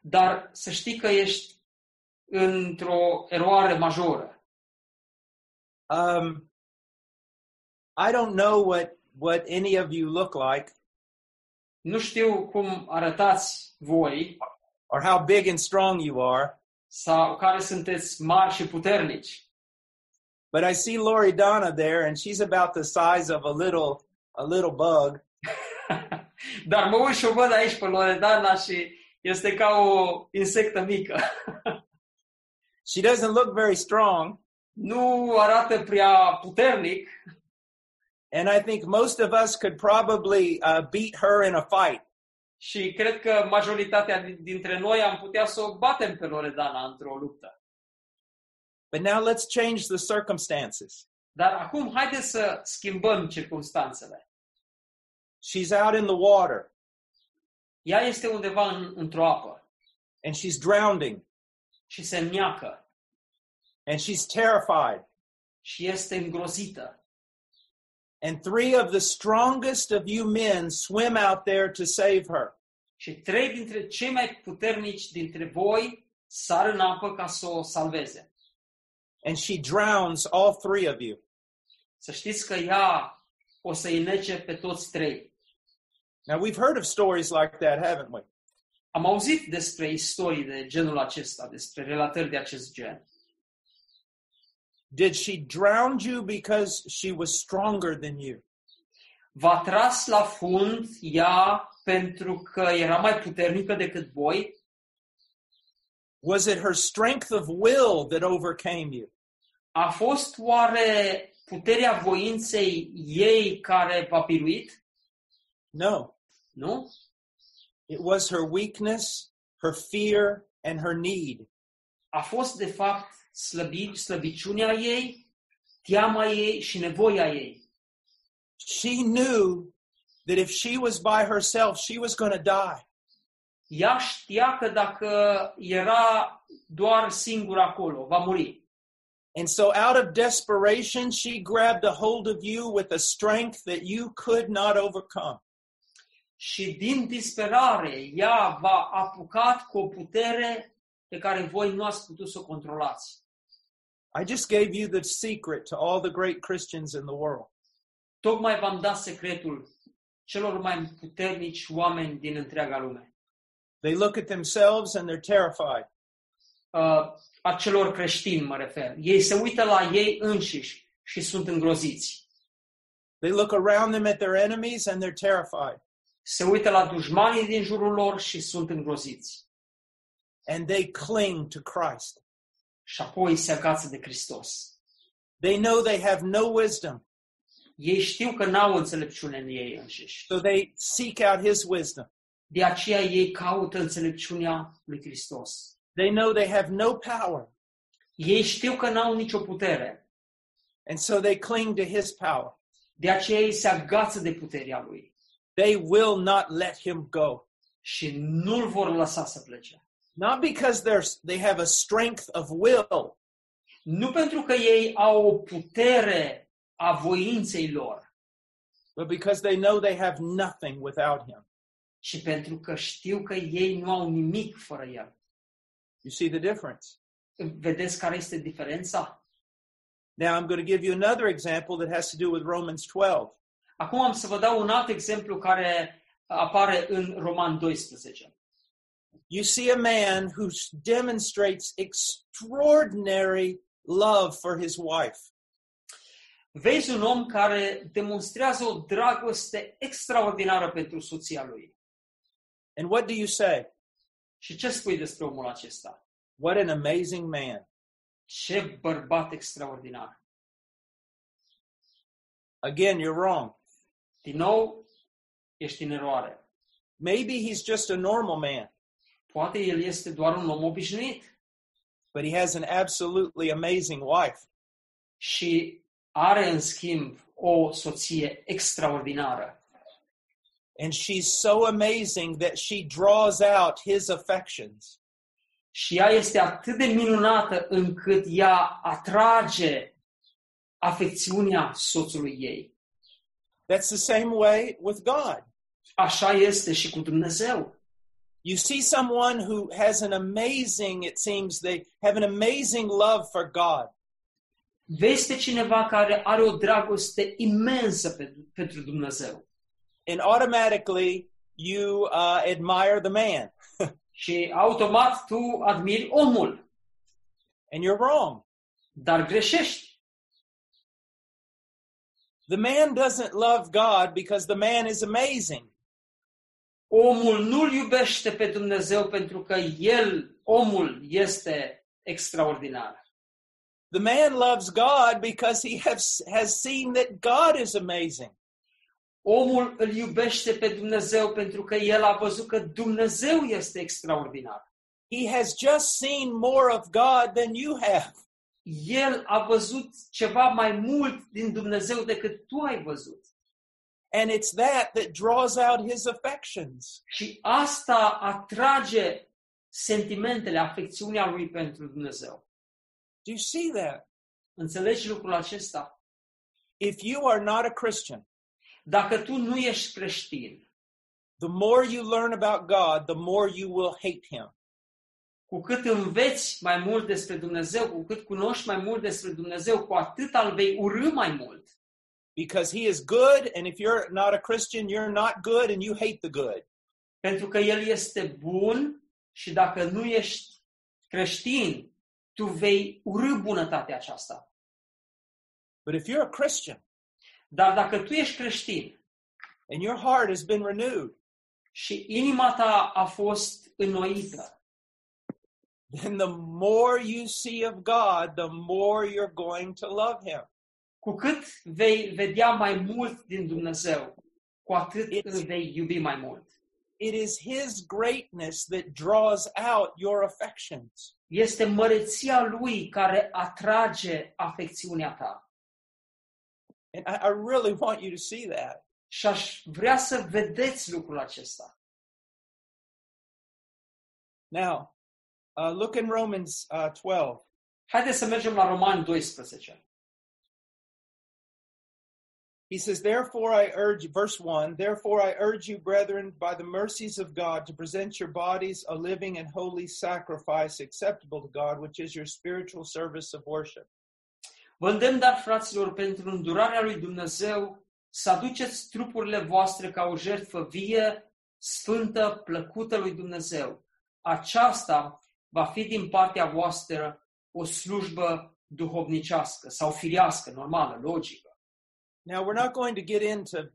[SPEAKER 2] dar să știi că ești într-o eroare majoră.
[SPEAKER 1] Um, I don't know what what any of you look like
[SPEAKER 2] Nu știu cum arătați voi
[SPEAKER 1] or how big and strong you are,
[SPEAKER 2] sau care sunteți mari și puternici,
[SPEAKER 1] but I see Lori Donna there, and she's about the size of a little a little bug.
[SPEAKER 2] dar mă uit și o văd aici pe Loredana și este ca o insectă mică.
[SPEAKER 1] She doesn't look very strong,
[SPEAKER 2] Nu arată prea puternic
[SPEAKER 1] and I think most of us could probably uh, beat her in a fight.
[SPEAKER 2] și cred că majoritatea din- dintre noi am putea să o batem pe Loredana într-o luptă.
[SPEAKER 1] But now let's change the circumstances.
[SPEAKER 2] Dar acum haideți să schimbăm circumstanțele.
[SPEAKER 1] She's out in the water
[SPEAKER 2] Ea este undeva în, într-o apă
[SPEAKER 1] and she's drowning
[SPEAKER 2] și se neacă
[SPEAKER 1] and she's terrified.
[SPEAKER 2] și este îngrozită.
[SPEAKER 1] And three of the strongest of you men swim out there to save her.
[SPEAKER 2] Și trei dintre cei mai puternici dintre voi sar în apă ca să o salveze.
[SPEAKER 1] And she drowns all three of you.
[SPEAKER 2] Să știți că ea o să îi nece pe toți trei.
[SPEAKER 1] Now, we've heard of stories like that, haven't we?
[SPEAKER 2] Am auzit despre istorii de genul acesta, despre relatări de acest gen.
[SPEAKER 1] Did she drown you because she was stronger than you?
[SPEAKER 2] V-a tras la fund ea pentru că era mai puternică decât voi?
[SPEAKER 1] Was it her strength of will that overcame you?
[SPEAKER 2] A fost oare puterea voinței ei care v-a biruit?
[SPEAKER 1] No,
[SPEAKER 2] Nu?
[SPEAKER 1] it was her weakness, her fear, and her need.
[SPEAKER 2] a fost de fapt slăbi, slăbiciunea ei, teama ei și nevoia ei.
[SPEAKER 1] She knew that if she was by herself, she was going to die.
[SPEAKER 2] Ea știa că dacă era doar singură acolo, va muri.
[SPEAKER 1] And so, out of desperation, she grabbed a hold of you with a strength that you could not overcome.
[SPEAKER 2] Și din disperare, ea v-a apucat cu o putere pe care voi nu ați putut să o controlați.
[SPEAKER 1] I just gave you the secret to all the great Christians in the world.
[SPEAKER 2] Tocmai v-am dat secretul celor mai puternici oameni din întreaga lume.
[SPEAKER 1] They look at themselves and they're terrified.
[SPEAKER 2] Uh, a celor creștini, mă refer. Ei se uită la ei înșiși și sunt îngroziți.
[SPEAKER 1] They look around them at their enemies and they're terrified.
[SPEAKER 2] se uită la dușmanii din jurul lor și sunt îngroziți.
[SPEAKER 1] And they cling to Christ.
[SPEAKER 2] Și apoi se agață de Hristos.
[SPEAKER 1] They know they have no wisdom,
[SPEAKER 2] Ei știu că n-au înțelepciune în ei înșiși.
[SPEAKER 1] so they seek out His wisdom.
[SPEAKER 2] De aceea ei caută înțelepciunea lui Hristos.
[SPEAKER 1] They know they have no power,
[SPEAKER 2] Ei știu că n-au nicio putere.
[SPEAKER 1] and so they cling to His power.
[SPEAKER 2] De aceea ei se agață de puterea lui
[SPEAKER 1] They will not let Him go.
[SPEAKER 2] și nu-l vor lăsa să plece.
[SPEAKER 1] Not because they're, they have a strength of will,
[SPEAKER 2] Nu pentru că ei au o putere a voinței lor,
[SPEAKER 1] but because they know they have nothing without Him.
[SPEAKER 2] ci pentru că știu că ei nu au nimic fără el.
[SPEAKER 1] You see the difference.
[SPEAKER 2] Vedeți care este diferența?
[SPEAKER 1] Now, I'm going to give you another example that has to do with Romans 12.
[SPEAKER 2] Acum am să vă dau un alt exemplu care apare în Roman 12.
[SPEAKER 1] you see a man who s- demonstrates extraordinary love for his wife.
[SPEAKER 2] Vezi un om care demonstrează o dragoste extraordinară pentru soția lui.
[SPEAKER 1] And what do you say?
[SPEAKER 2] Și ce spui despre omul acesta?
[SPEAKER 1] What an amazing man.
[SPEAKER 2] Ce bărbat extraordinar!
[SPEAKER 1] Again, you're wrong.
[SPEAKER 2] Din nou, ești în eroare.
[SPEAKER 1] Maybe he's just a normal man,
[SPEAKER 2] Poate el este doar un om obișnuit
[SPEAKER 1] but he has an absolutely amazing wife.
[SPEAKER 2] și are, în schimb, o soție extraordinară.
[SPEAKER 1] And she's so amazing that she draws out his affections.
[SPEAKER 2] Și ea este atât de minunată încât ea atrage afecțiunea soțului ei.
[SPEAKER 1] That's the same way with God.
[SPEAKER 2] Așa este și cu Dumnezeu.
[SPEAKER 1] You see someone who has an amazing, it seems they have an amazing love for God.
[SPEAKER 2] Vezi pe cineva care are o dragoste imensă pentru, pentru Dumnezeu
[SPEAKER 1] And automatically you uh, admire the man.
[SPEAKER 2] și automat tu admiri omul,
[SPEAKER 1] And you're wrong.
[SPEAKER 2] dar greșești.
[SPEAKER 1] The man doesn't love God because the man is amazing.
[SPEAKER 2] Omul nu-l iubește pe Dumnezeu pentru că el, omul, este extraordinar.
[SPEAKER 1] The man loves God because he has, has seen that God is amazing.
[SPEAKER 2] Omul îl iubește pe Dumnezeu pentru că el a văzut că Dumnezeu este extraordinar.
[SPEAKER 1] He has just seen more of God than you have.
[SPEAKER 2] El a văzut ceva mai mult din Dumnezeu decât tu ai văzut.
[SPEAKER 1] And it's that that draws out his affections.
[SPEAKER 2] Și asta atrage sentimentele, afecțiunea lui pentru Dumnezeu.
[SPEAKER 1] Do you see that?
[SPEAKER 2] Înțelegi lucrul acesta?
[SPEAKER 1] If you are not a Christian,
[SPEAKER 2] Dacă tu nu ești creștin,
[SPEAKER 1] the more you learn about God, the more you will hate him.
[SPEAKER 2] cu cât înveți mai mult despre Dumnezeu, cu cât cunoști mai mult despre Dumnezeu, cu atât îl vei urâ mai mult.
[SPEAKER 1] Because he is good, and if you're not a Christian, you're not good and you hate the good.
[SPEAKER 2] Pentru că El este bun și dacă nu ești creștin, tu vei urâ bunătatea aceasta.
[SPEAKER 1] But if you're a Christian
[SPEAKER 2] Dar dacă tu ești creștin
[SPEAKER 1] and your heart has been renewed,
[SPEAKER 2] și inima ta a fost înnoită,
[SPEAKER 1] then the more you see of God, the more you're going to love him.
[SPEAKER 2] cu cât vei vedea mai mult din Dumnezeu, cu atât îl vei iubi mai mult.
[SPEAKER 1] It is his greatness that draws out your affections.
[SPEAKER 2] Este măreția Lui care atrage afecțiunea ta.
[SPEAKER 1] And I, I really want you to see that.
[SPEAKER 2] Și aș vrea să vedeți lucrul acesta.
[SPEAKER 1] Now, uh, look in Romans uh, 12.
[SPEAKER 2] Haideți să mergem la Roman 12.
[SPEAKER 1] He says, Therefore I urge, verse 1, Therefore I urge you, brethren, by the mercies of God, to present your bodies a living and holy sacrifice acceptable to God, which is your spiritual service of worship.
[SPEAKER 2] Vă îndemn, dar, fraților, pentru îndurarea lui Dumnezeu, să aduceți trupurile voastre ca o jertfă vie, sfântă, plăcută lui Dumnezeu. Aceasta va fi din partea voastră o slujbă duhovnicească sau firească, normală, logică.
[SPEAKER 1] Now, we're not going to get into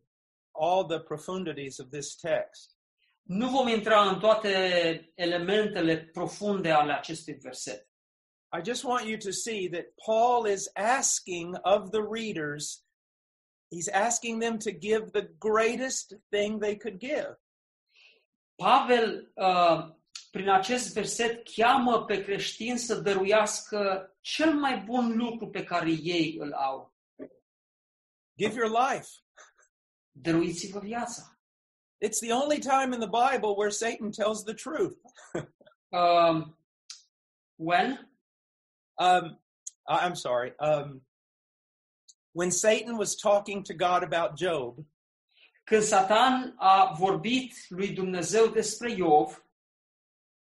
[SPEAKER 1] all the profundities of this text,
[SPEAKER 2] Nu vom intra în toate elementele profunde ale acestui verset.
[SPEAKER 1] I just want you to see that Paul is asking of the readers, he's asking them to give the greatest thing they could give.
[SPEAKER 2] Pavel, uh, prin acest verset, cheamă pe creștini să dăruiască cel mai bun lucru pe care ei îl au.
[SPEAKER 1] Give your life.
[SPEAKER 2] Dăruiți-vă viața.
[SPEAKER 1] It's the only time in the Bible where Satan tells the truth.
[SPEAKER 2] Uh, when?
[SPEAKER 1] Um, I- I'm sorry. Um, when Satan was talking to God about Job,
[SPEAKER 2] Când Satan a vorbit lui Dumnezeu despre Iov,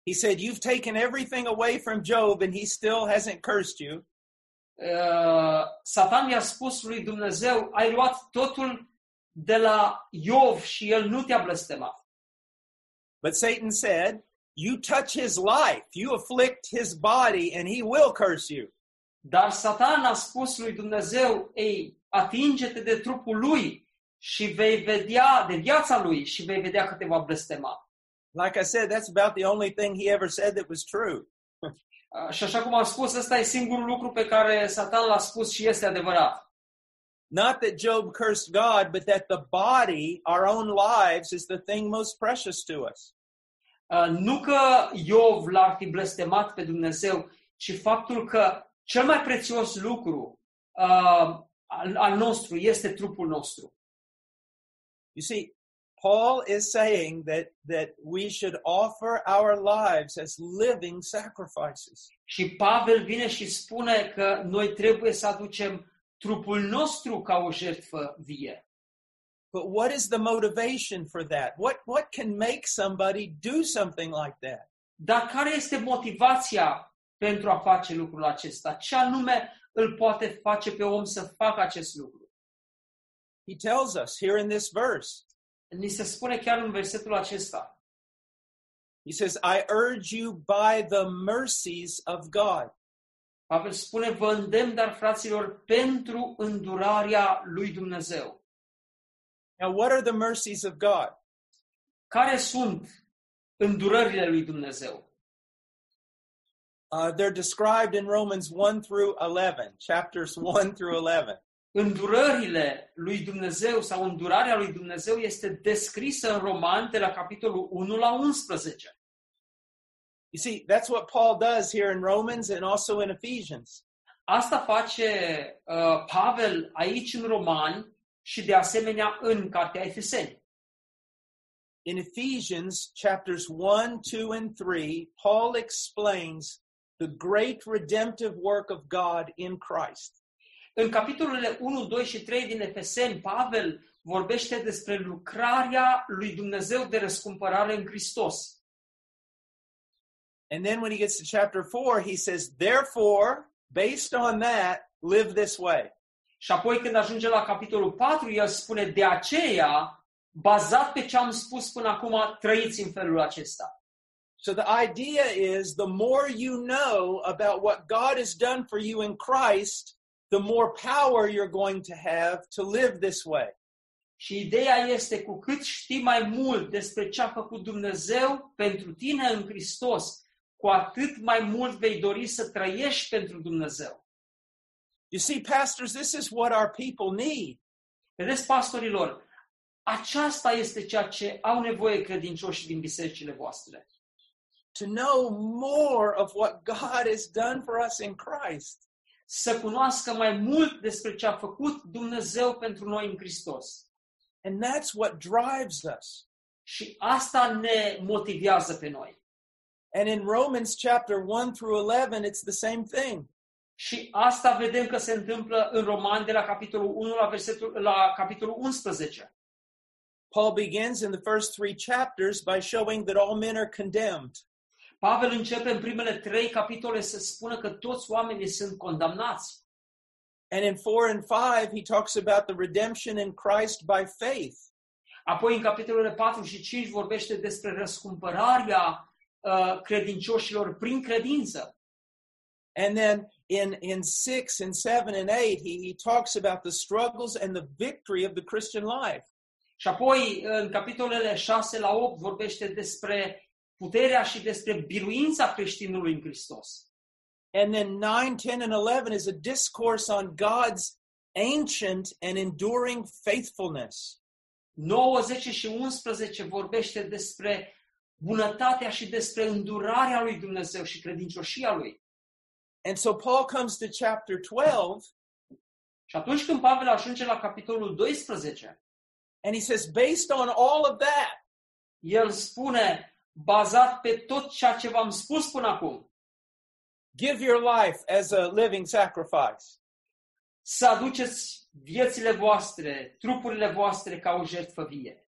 [SPEAKER 1] he said, You've taken everything away from Job and he still hasn't cursed you.
[SPEAKER 2] uh, Satan i-a spus lui Dumnezeu, ai luat totul de la Iov și el nu te-a blestemat.
[SPEAKER 1] But Satan said, You touch his life, you afflict his body, and he will curse you.
[SPEAKER 2] Dar Satan a spus lui Dumnezeu, ei, atinge-te de trupul lui și vei vedea de viața lui și vei vedea că te va blestema.
[SPEAKER 1] Like I said, that's about the only thing he ever said that was true.
[SPEAKER 2] Uh, și așa cum am spus, ăsta e singurul lucru pe care Satan l-a spus și este adevărat.
[SPEAKER 1] Not that Job cursed God, but that the body, our own lives, is the thing most precious to us.
[SPEAKER 2] Uh, nu că Iov l-ar fi blestemat pe Dumnezeu, ci faptul că cel mai prețios lucru uh, al, al nostru este trupul nostru.
[SPEAKER 1] You see, Paul is saying that, that we should offer our lives as living sacrifices.
[SPEAKER 2] Și Pavel vine și spune că noi trebuie să aducem trupul nostru ca o jertfă vie.
[SPEAKER 1] But what is the motivation for that? What what can make somebody do something like that?
[SPEAKER 2] Dar care este motivația pentru a face lucrul acesta? Ce anume îl poate face pe om să facă acest lucru?
[SPEAKER 1] He tells us here in this verse.
[SPEAKER 2] Ni se spune chiar în versetul acesta.
[SPEAKER 1] He says, "I urge you by the mercies of God."
[SPEAKER 2] Pavel spune, vă îndemn, dar fraților, pentru îndurarea lui Dumnezeu.
[SPEAKER 1] Now, what are the mercies of God?
[SPEAKER 2] Care sunt îndurările lui Dumnezeu?
[SPEAKER 1] Uh, they're described in Romans 1 through 11, chapters 1 through 11.
[SPEAKER 2] Îndurările lui Dumnezeu sau îndurarea lui Dumnezeu este descrisă în Roman de la capitolul 1 la 11.
[SPEAKER 1] You see, that's what Paul does here in Romans and also in Ephesians.
[SPEAKER 2] Asta face uh, Pavel aici în Romani și de asemenea în Cartea Efeseni.
[SPEAKER 1] In Ephesians chapters 1, 2, and 3, Paul explains the great redemptive work of God in Christ.
[SPEAKER 2] În capitolele 1, 2 și 3 din Efeseni, Pavel vorbește despre lucrarea lui Dumnezeu de răscumpărare în Hristos.
[SPEAKER 1] And then when he gets to chapter 4, he says, Therefore, based on that, live this way.
[SPEAKER 2] Și apoi când ajunge la capitolul 4, el spune, de aceea, bazat pe ce am spus până acum, trăiți în felul acesta.
[SPEAKER 1] So the idea is the more you know about what God has done for you in Christ, the more power you're going to have to live this way.
[SPEAKER 2] Și ideea este, cu cât știi mai mult despre ce a făcut Dumnezeu pentru tine în Hristos, cu atât mai mult vei dori să trăiești pentru Dumnezeu.
[SPEAKER 1] You see, pastors, this is what our people need.
[SPEAKER 2] Vedeți, pastorilor, aceasta este ceea ce au nevoie credincioșii din bisericile voastre.
[SPEAKER 1] to know more of what God has done for us in Christ.
[SPEAKER 2] Să cunoască mai mult despre ce a făcut Dumnezeu pentru noi în Hristos.
[SPEAKER 1] And that's what drives us.
[SPEAKER 2] Și asta ne motivează pe noi.
[SPEAKER 1] And in Romans chapter 1 through 11, it's the same thing.
[SPEAKER 2] Și asta vedem că se întâmplă în Roman de la capitolul 1 la, versetul, la capitolul 11.
[SPEAKER 1] Paul begins in the first three chapters by showing that all men are condemned.
[SPEAKER 2] Pavel începe în primele trei capitole să spună că toți oamenii sunt condamnați.
[SPEAKER 1] And in 4 and 5, he talks about the redemption in Christ by faith.
[SPEAKER 2] Apoi, în capitolele 4 și 5, vorbește despre răscumpărarea uh, credincioșilor prin credință.
[SPEAKER 1] And then in, in 6 and 7 and 8, he, he talks about the struggles and the victory of the Christian life.
[SPEAKER 2] Și apoi, în capitolele 6 la 8, vorbește despre puterea și despre biruința creștinului în Hristos.
[SPEAKER 1] And then 9, 10, and 11 is a discourse on God's ancient and enduring faithfulness.
[SPEAKER 2] 9, 10 și 11 vorbește despre bunătatea și despre îndurarea lui Dumnezeu și credincioșia lui.
[SPEAKER 1] And so Paul comes to chapter 12
[SPEAKER 2] Și atunci când Pavel ajunge la capitolul 12,
[SPEAKER 1] and he says, based on all of that,
[SPEAKER 2] el spune, bazat pe tot ceea ce v-am spus până acum,
[SPEAKER 1] give your life as a living sacrifice.
[SPEAKER 2] să aduceți viețile voastre, trupurile voastre ca o jertfă vie.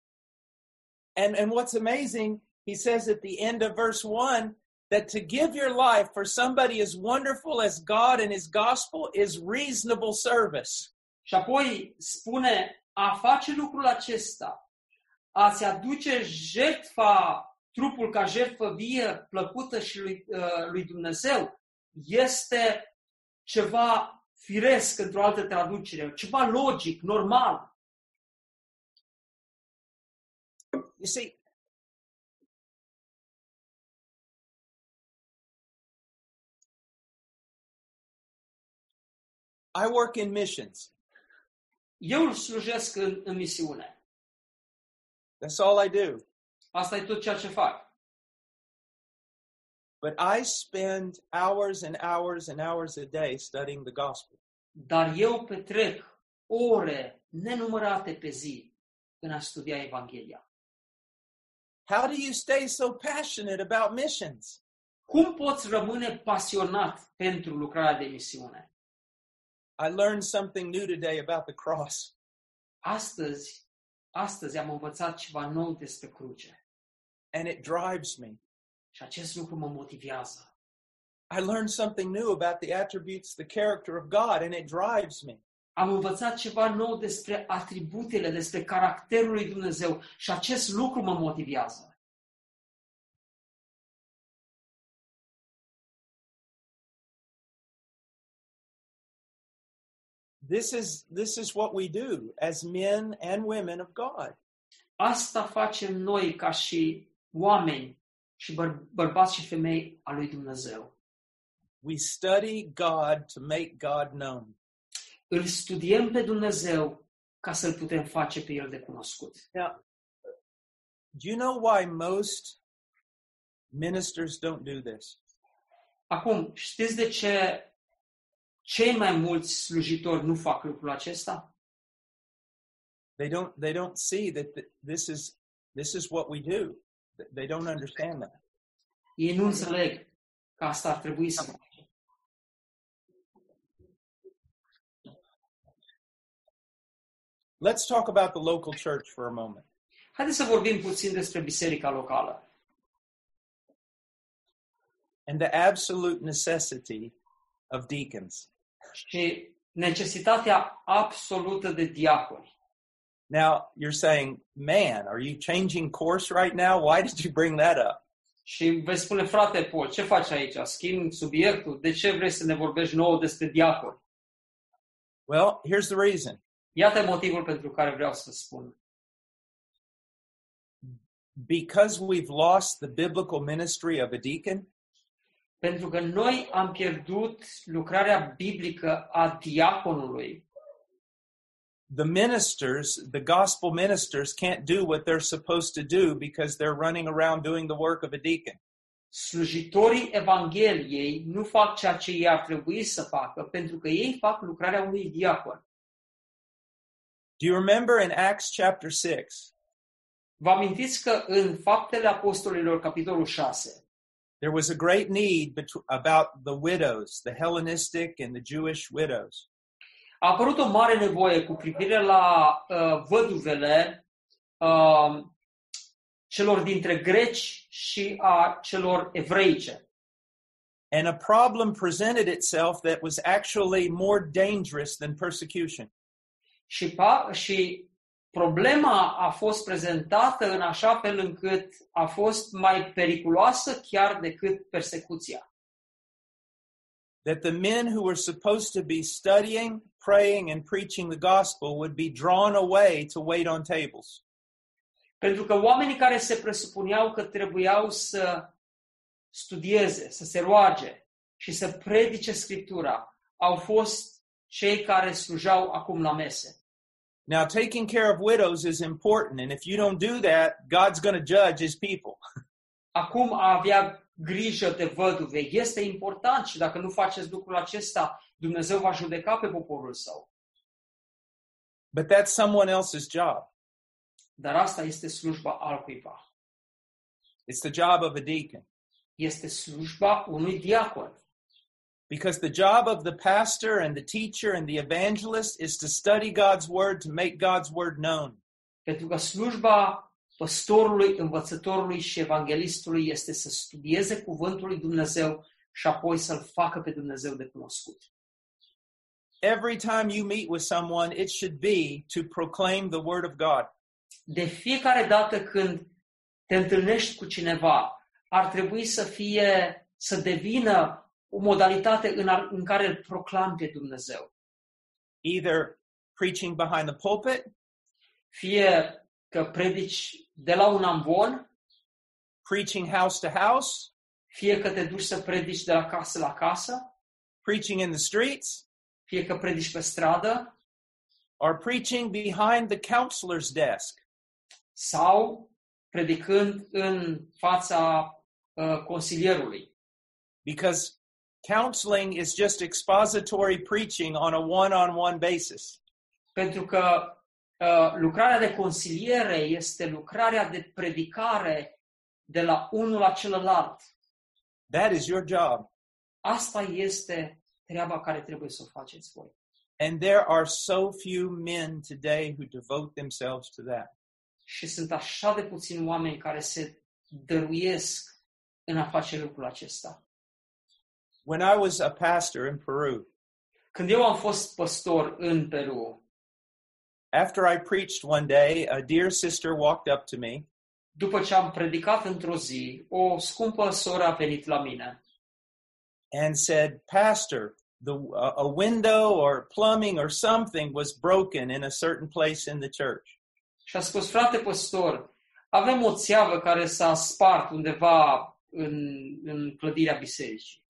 [SPEAKER 1] And, and what's amazing, he says at the end of verse 1 that to give your life for somebody as wonderful as God and his gospel is reasonable service.
[SPEAKER 2] Și apoi spune, a face lucrul acesta, a se aduce jertfa, trupul ca jertfă vie, plăcută și lui, uh, lui Dumnezeu, este ceva firesc într-o altă traducere, ceva logic, normal.
[SPEAKER 1] You see, I work in missions.
[SPEAKER 2] Eu îl slujesc în, în misiune.
[SPEAKER 1] That's all I do.
[SPEAKER 2] Asta e tot ceea ce fac.
[SPEAKER 1] But I spend hours and hours and hours a day studying the gospel.
[SPEAKER 2] Dar eu petrec ore nenumărate pe zi în a studia Evanghelia.
[SPEAKER 1] How do you stay so passionate about missions?
[SPEAKER 2] Cum poți rămâne pasionat pentru lucrarea de misiune?
[SPEAKER 1] I learned something new today about the cross.
[SPEAKER 2] Astăzi Astăzi am învățat ceva nou despre cruce
[SPEAKER 1] and it drives me.
[SPEAKER 2] și acest lucru mă motivează.
[SPEAKER 1] I learned something new about the attributes, the character of God, and it drives me.
[SPEAKER 2] Am învățat ceva nou despre atributele, despre caracterul lui Dumnezeu și acest lucru mă motivează.
[SPEAKER 1] This is, this is what we do as men and women of God.
[SPEAKER 2] Asta facem noi ca și oameni și băr- bărbați și femei a lui Dumnezeu.
[SPEAKER 1] We study God to make God known.
[SPEAKER 2] Îl studiem pe Dumnezeu ca să-L putem face pe El de cunoscut.
[SPEAKER 1] Do you know why most ministers don't do this?
[SPEAKER 2] Acum, știți de ce cei mai mulți slujitori nu fac lucrul acesta?
[SPEAKER 1] They don't, they don't see that th- this is, this is what we do. Th- They don't understand that.
[SPEAKER 2] Ei nu înțeleg că asta ar trebui să facem.
[SPEAKER 1] Let's talk about the local church for a moment.
[SPEAKER 2] Haideți să vorbim puțin despre biserica locală
[SPEAKER 1] and the absolute necessity of deacons.
[SPEAKER 2] și necesitatea absolută de diaconi.
[SPEAKER 1] Now, you're saying, man, are you changing course right now? Why did you bring that up?
[SPEAKER 2] Și vei spune, frate Paul, ce faci aici? Schimb subiectul? De ce vrei să ne vorbești nouă despre diaconi?
[SPEAKER 1] Well, here's the reason
[SPEAKER 2] Iată motivul pentru care vreau să spun.
[SPEAKER 1] because we've lost the biblical ministry of a deacon,
[SPEAKER 2] Pentru că noi am pierdut lucrarea biblică a diaconului
[SPEAKER 1] the ministers, the gospel ministers, can't do what they're supposed to do because they're running around doing the work of a deacon.
[SPEAKER 2] slujitorii Evangheliei nu fac ceea ce ei ar trebui să facă, pentru că ei fac lucrarea unui diacon.
[SPEAKER 1] Do you remember in Acts chapter 6,
[SPEAKER 2] Vă amintiți că în Faptele Apostolilor, capitolul 6,
[SPEAKER 1] there was a great need betw about the widows, the Hellenistic and the Jewish widows.
[SPEAKER 2] a apărut o mare nevoie cu privire la uh, văduvele uh, celor dintre greci și a celor evreice.
[SPEAKER 1] and a problem presented itself that was actually more dangerous than persecution.
[SPEAKER 2] Și, pa, și problema a fost prezentată în așa fel încât a fost mai periculoasă chiar decât persecuția.
[SPEAKER 1] That the men who were supposed to be studying, praying, and preaching the gospel would be drawn away to wait on tables.
[SPEAKER 2] Pentru că oamenii care se presupuneau că trebuiau să studieze, să se roage și să predice Scriptura, au fost cei care slujau acum la mese.
[SPEAKER 1] Now, taking care of widows is important, and if you don't do that, God's going to judge his people.
[SPEAKER 2] Acum a avea grijă de văduve este important și dacă nu faceți lucrul acesta, Dumnezeu va judeca pe poporul său.
[SPEAKER 1] But that's someone else's job.
[SPEAKER 2] Dar asta este slujba altcuiva.
[SPEAKER 1] It's the job of a deacon.
[SPEAKER 2] Este slujba unui diacon.
[SPEAKER 1] Because the job of the pastor and the teacher and the evangelist is to study God's word to make God's word known.
[SPEAKER 2] Pentru că slujba păstorului, învățătorului și evanghelistului este să studieze cuvântul lui Dumnezeu și apoi să-l facă pe Dumnezeu de cunoscut.
[SPEAKER 1] every time you meet with someone, it should be to proclaim the word of God.
[SPEAKER 2] De fiecare dată când te întâlnești cu cineva, ar trebui să fie, să devină o modalitate în, ar, în care îl proclam pe Dumnezeu.
[SPEAKER 1] Either preaching behind the pulpit,
[SPEAKER 2] Fie că predici de la un amvon,
[SPEAKER 1] preaching house to house,
[SPEAKER 2] fie că te duci să predici de la casă la casă,
[SPEAKER 1] preaching in the streets,
[SPEAKER 2] fie că predici pe stradă,
[SPEAKER 1] or preaching behind the counselor's desk.
[SPEAKER 2] sau predicând în fața uh, consilierului.
[SPEAKER 1] Because counseling is just expository preaching on a one on one basis.
[SPEAKER 2] Pentru că uh, lucrarea de consiliere este lucrarea de predicare de la unul la celălalt.
[SPEAKER 1] That is your job.
[SPEAKER 2] Asta este treaba care trebuie să o faceți voi.
[SPEAKER 1] And there are so few men today who devote themselves to that.
[SPEAKER 2] Și sunt așa de puțini oameni care se dăruiesc în a face lucrul acesta.
[SPEAKER 1] When I was a pastor in Peru,
[SPEAKER 2] Când eu am fost păstor în Peru,
[SPEAKER 1] after I preached one day, a dear sister walked up to me
[SPEAKER 2] după ce am predicat într-o zi, o scumpă soră a venit la mine
[SPEAKER 1] and said, "Pastor, the a- a window or plumbing or something was broken in a certain place in the church."
[SPEAKER 2] și a spus, frate păstor, avem o țeavă care s-a spart undeva în, în clădirea bisericii.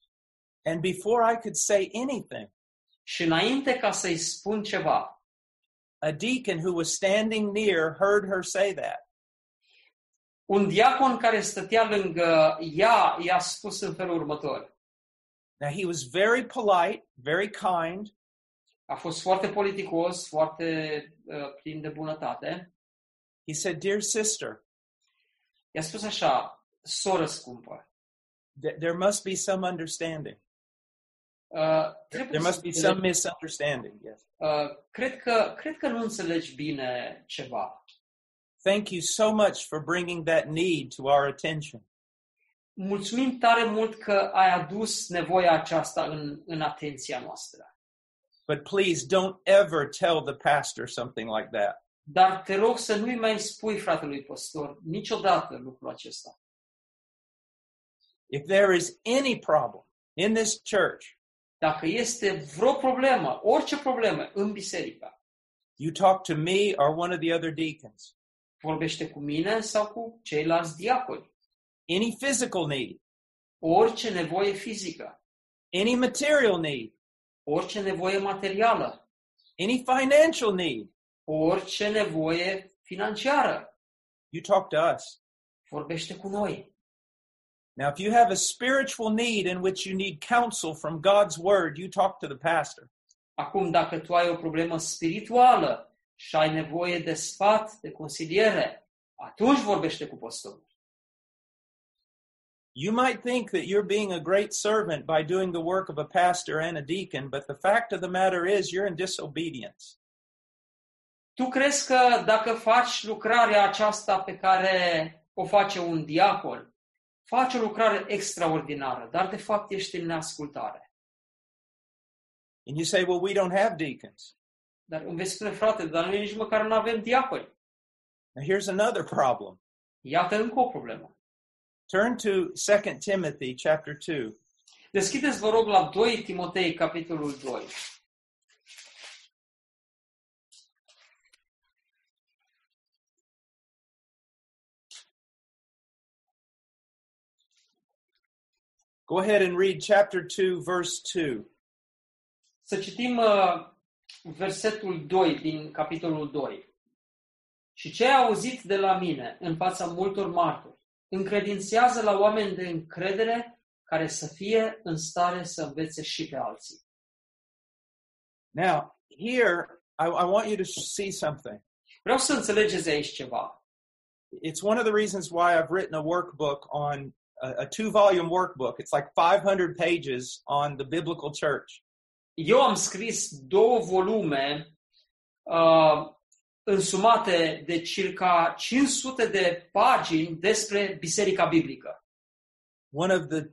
[SPEAKER 1] And before I could say anything,
[SPEAKER 2] Și înainte ca să-i spun ceva,
[SPEAKER 1] a deacon who was standing near heard her say that.
[SPEAKER 2] un diacon care stătea lângă ea i-a spus în felul următor.
[SPEAKER 1] Now he was very polite, very kind,
[SPEAKER 2] A fost foarte politicos, foarte uh, plin de bunătate.
[SPEAKER 1] He said, Dear sister,
[SPEAKER 2] I-a spus așa, soră scumpă,
[SPEAKER 1] th- there must be some understanding.
[SPEAKER 2] uh, trebuie
[SPEAKER 1] There
[SPEAKER 2] să
[SPEAKER 1] must be
[SPEAKER 2] înțelegi-
[SPEAKER 1] some misunderstanding. Yes.
[SPEAKER 2] Uh, cred că, cred că nu înțelegi bine ceva.
[SPEAKER 1] Thank you so much for bringing that need to our attention.
[SPEAKER 2] Mulțumim tare mult că ai adus nevoia aceasta în, în atenția noastră.
[SPEAKER 1] But please don't ever tell the pastor something like that.
[SPEAKER 2] Dar te rog să nu-i mai spui fratelui păstor niciodată lucrul acesta.
[SPEAKER 1] If there is any problem in this church,
[SPEAKER 2] Dacă este vreo problemă, orice problemă în biserică,
[SPEAKER 1] you talk to me or one of the other deacons.
[SPEAKER 2] vorbește cu mine sau cu ceilalți diaconi.
[SPEAKER 1] Any physical need,
[SPEAKER 2] Orice nevoie fizică,
[SPEAKER 1] any material need,
[SPEAKER 2] orice nevoie materială,
[SPEAKER 1] any financial need,
[SPEAKER 2] orice nevoie financiară,
[SPEAKER 1] you talk to us.
[SPEAKER 2] vorbește cu noi.
[SPEAKER 1] Now, if you have a spiritual need in which you need counsel from God's word, you talk to the pastor.
[SPEAKER 2] Acum, dacă tu ai o problemă spirituală și ai nevoie de sfat, de consiliere, atunci vorbește cu păstorul.
[SPEAKER 1] You might think that you're being a great servant by doing the work of a pastor and a deacon, but the fact of the matter is you're in disobedience.
[SPEAKER 2] Tu crezi că dacă faci lucrarea aceasta pe care o face un diacon, faci o lucrare extraordinară, dar de fapt ești în neascultare.
[SPEAKER 1] And you say, well, we don't have deacons.
[SPEAKER 2] Dar îmi vei spune, frate, dar noi nici măcar nu avem diaconi.
[SPEAKER 1] Now here's another problem.
[SPEAKER 2] Iată încă o problemă.
[SPEAKER 1] Turn to 2 Timothy chapter 2.
[SPEAKER 2] Deschideți, vă rog, la 2 Timotei, capitolul 2.
[SPEAKER 1] 2. Go ahead and read chapter 2 verse 2.
[SPEAKER 2] Să citim uh, versetul 2 din capitolul 2. Și ce ai auzit de la mine în fața multor martori, încredințează la oameni de încredere care să fie în stare să învețe și pe alții.
[SPEAKER 1] Now, here I, I want you to see something.
[SPEAKER 2] Vreau să înțelegeți aici ceva.
[SPEAKER 1] It's one of the reasons why I've written a workbook on a, a two volume workbook. It's like 500 pages on the biblical church.
[SPEAKER 2] Eu am scris două volume uh, însumate de circa 500 de pagini despre Biserica Biblică.
[SPEAKER 1] one of the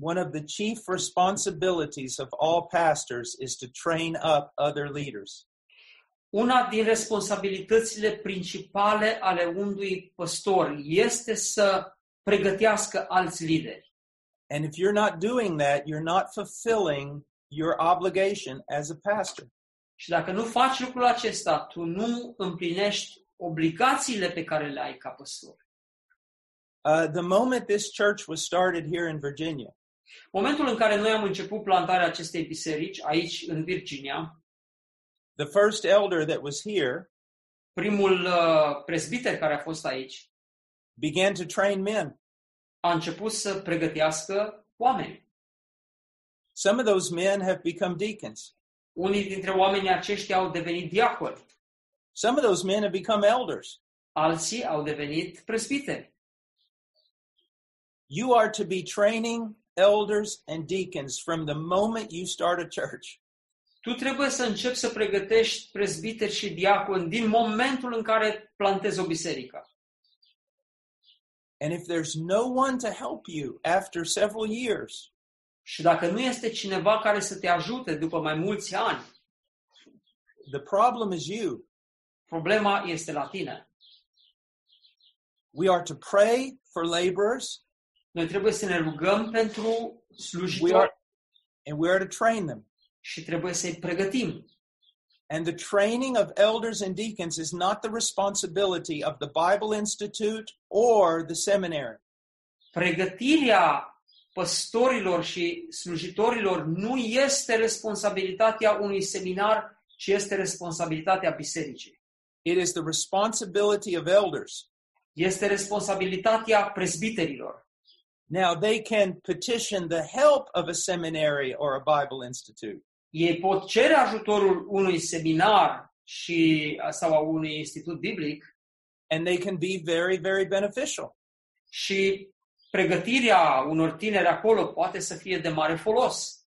[SPEAKER 1] one of the chief responsibilities of all pastors is to train up other leaders.
[SPEAKER 2] Una din responsabilitățile principale ale unui păstor este să pregătească alți lideri.
[SPEAKER 1] And if you're not doing that, you're not fulfilling your obligation as a pastor.
[SPEAKER 2] Și dacă nu faci lucrul acesta, tu nu împlinești obligațiile pe care le ai ca păstor.
[SPEAKER 1] Uh, the moment this church was started here in Virginia,
[SPEAKER 2] Momentul în care noi am început plantarea acestei biserici aici în Virginia,
[SPEAKER 1] the first elder that was here
[SPEAKER 2] primul uh, prezbiter care a fost aici
[SPEAKER 1] began to train men.
[SPEAKER 2] a început să pregătească oameni.
[SPEAKER 1] Some of those men have become deacons.
[SPEAKER 2] Unii dintre oamenii aceștia au devenit diaconi,
[SPEAKER 1] Some of those men have become elders.
[SPEAKER 2] alții au devenit prezbiteri.
[SPEAKER 1] You are to be training elders and deacons from the moment you start a church.
[SPEAKER 2] Tu trebuie să începi să pregătești prezbiteri și diaconi din momentul în care plantezi o biserică.
[SPEAKER 1] And if there's no one to help you after several years,
[SPEAKER 2] Și dacă nu este cineva care să te ajute după mai mulți ani,
[SPEAKER 1] the problem is you.
[SPEAKER 2] problema este la tine.
[SPEAKER 1] We are to pray for laborers.
[SPEAKER 2] Noi trebuie să ne rugăm pentru
[SPEAKER 1] We are,
[SPEAKER 2] slujitori
[SPEAKER 1] and we are to train them.
[SPEAKER 2] și trebuie să-i pregătim.
[SPEAKER 1] And the training of elders and deacons is not the responsibility of the Bible Institute or the seminary.
[SPEAKER 2] Pregătirea păstorilor și slujitorilor nu este responsabilitatea unui seminar, ci este responsabilitatea bisericii.
[SPEAKER 1] It is the responsibility of elders.
[SPEAKER 2] Este responsabilitatea prezbiterilor.
[SPEAKER 1] Now, they can petition the help of a seminary or a Bible Institute,
[SPEAKER 2] ei pot cere ajutorul unui seminar și, sau a unui institut biblic
[SPEAKER 1] and they can be very, very beneficial.
[SPEAKER 2] și pregătirea unor tineri acolo poate să fie de mare folos.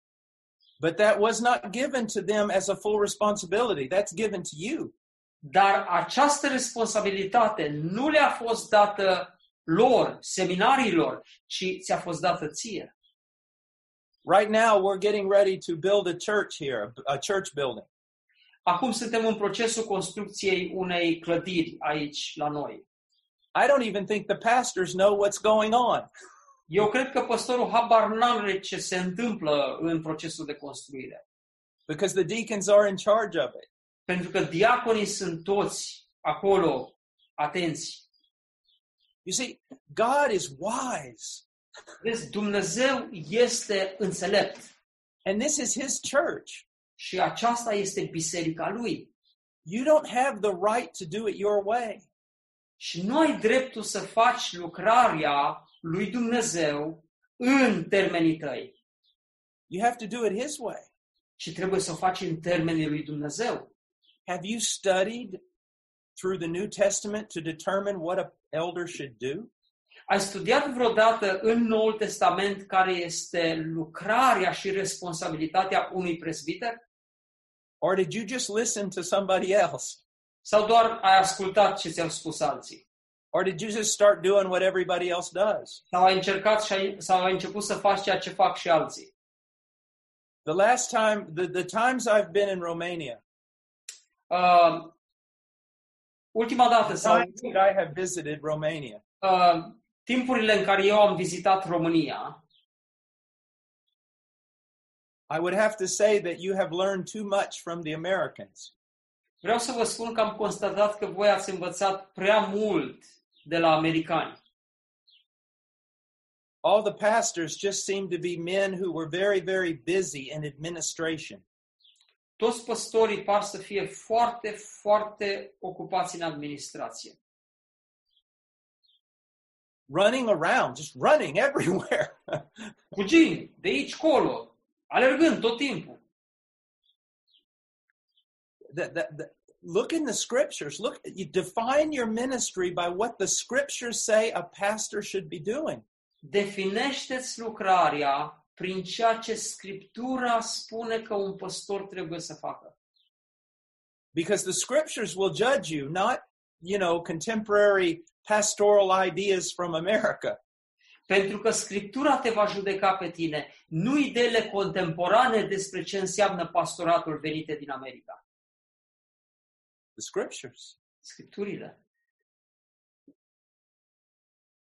[SPEAKER 1] But that was not given to them as a full responsibility. That's given to you.
[SPEAKER 2] Dar această responsabilitate nu le-a fost dată lor, seminariilor, ci ți-a fost dată ție.
[SPEAKER 1] Right now, we're getting ready to build a church here, a church building.
[SPEAKER 2] Acum suntem în procesul construcției unei clădiri aici la noi.
[SPEAKER 1] I don't even think the pastors know what's going on.
[SPEAKER 2] Eu cred că păstorul habar n-are ce se întâmplă în procesul de construire.
[SPEAKER 1] because the deacons are in charge of it.
[SPEAKER 2] Pentru că diaconii sunt toți acolo, atenți.
[SPEAKER 1] You see, God is wise,
[SPEAKER 2] Vezi, Dumnezeu este înțelept
[SPEAKER 1] and this is His church.
[SPEAKER 2] și aceasta este biserica lui.
[SPEAKER 1] You don't have the right to do it your way.
[SPEAKER 2] Și nu ai dreptul să faci lucrarea lui Dumnezeu în termenii tăi,
[SPEAKER 1] You have to do it His way.
[SPEAKER 2] ci trebuie să o faci în termenii lui Dumnezeu.
[SPEAKER 1] Have you studied through the New Testament to determine what a elder should do?
[SPEAKER 2] Ai studiat vreodată în Noul Testament care este lucrarea și responsabilitatea unui presbiter?
[SPEAKER 1] Or did you just listen to somebody else?
[SPEAKER 2] Sau doar ai ascultat ce ți-au spus alții?
[SPEAKER 1] Or did you just start doing what everybody else does?
[SPEAKER 2] Sau ai încercat și ai, sau ai început să faci ceea ce fac și alții.
[SPEAKER 1] The last time, the, the times I've been in Romania,
[SPEAKER 2] Uh, ultima dată
[SPEAKER 1] the
[SPEAKER 2] sau
[SPEAKER 1] times that I have visited Romania,
[SPEAKER 2] uh, timpurile în care eu am vizitat România,
[SPEAKER 1] I would have to say that you have learned too much from the Americans.
[SPEAKER 2] vreau să vă spun că am constatat că voi ați învățat prea mult de la americani.
[SPEAKER 1] All the pastors just seemed to be men who were very, very busy in administration.
[SPEAKER 2] Toți păstorii par să fie foarte, foarte ocupați în administrație.
[SPEAKER 1] Running around, just running everywhere.
[SPEAKER 2] Fugind de aici colo, alergând tot timpul.
[SPEAKER 1] That- that- that- look in the scriptures. Look, you define your ministry by what the scriptures say a pastor should be doing.
[SPEAKER 2] Definește-ți lucrarea prin ceea ce Scriptura spune că un păstor trebuie să facă.
[SPEAKER 1] Because the scriptures will judge you, not, you know, contemporary pastoral ideas from America.
[SPEAKER 2] Pentru că Scriptura te va judeca pe tine, nu ideile contemporane despre ce înseamnă pastoratul venite din America.
[SPEAKER 1] The scriptures.
[SPEAKER 2] Scripturile.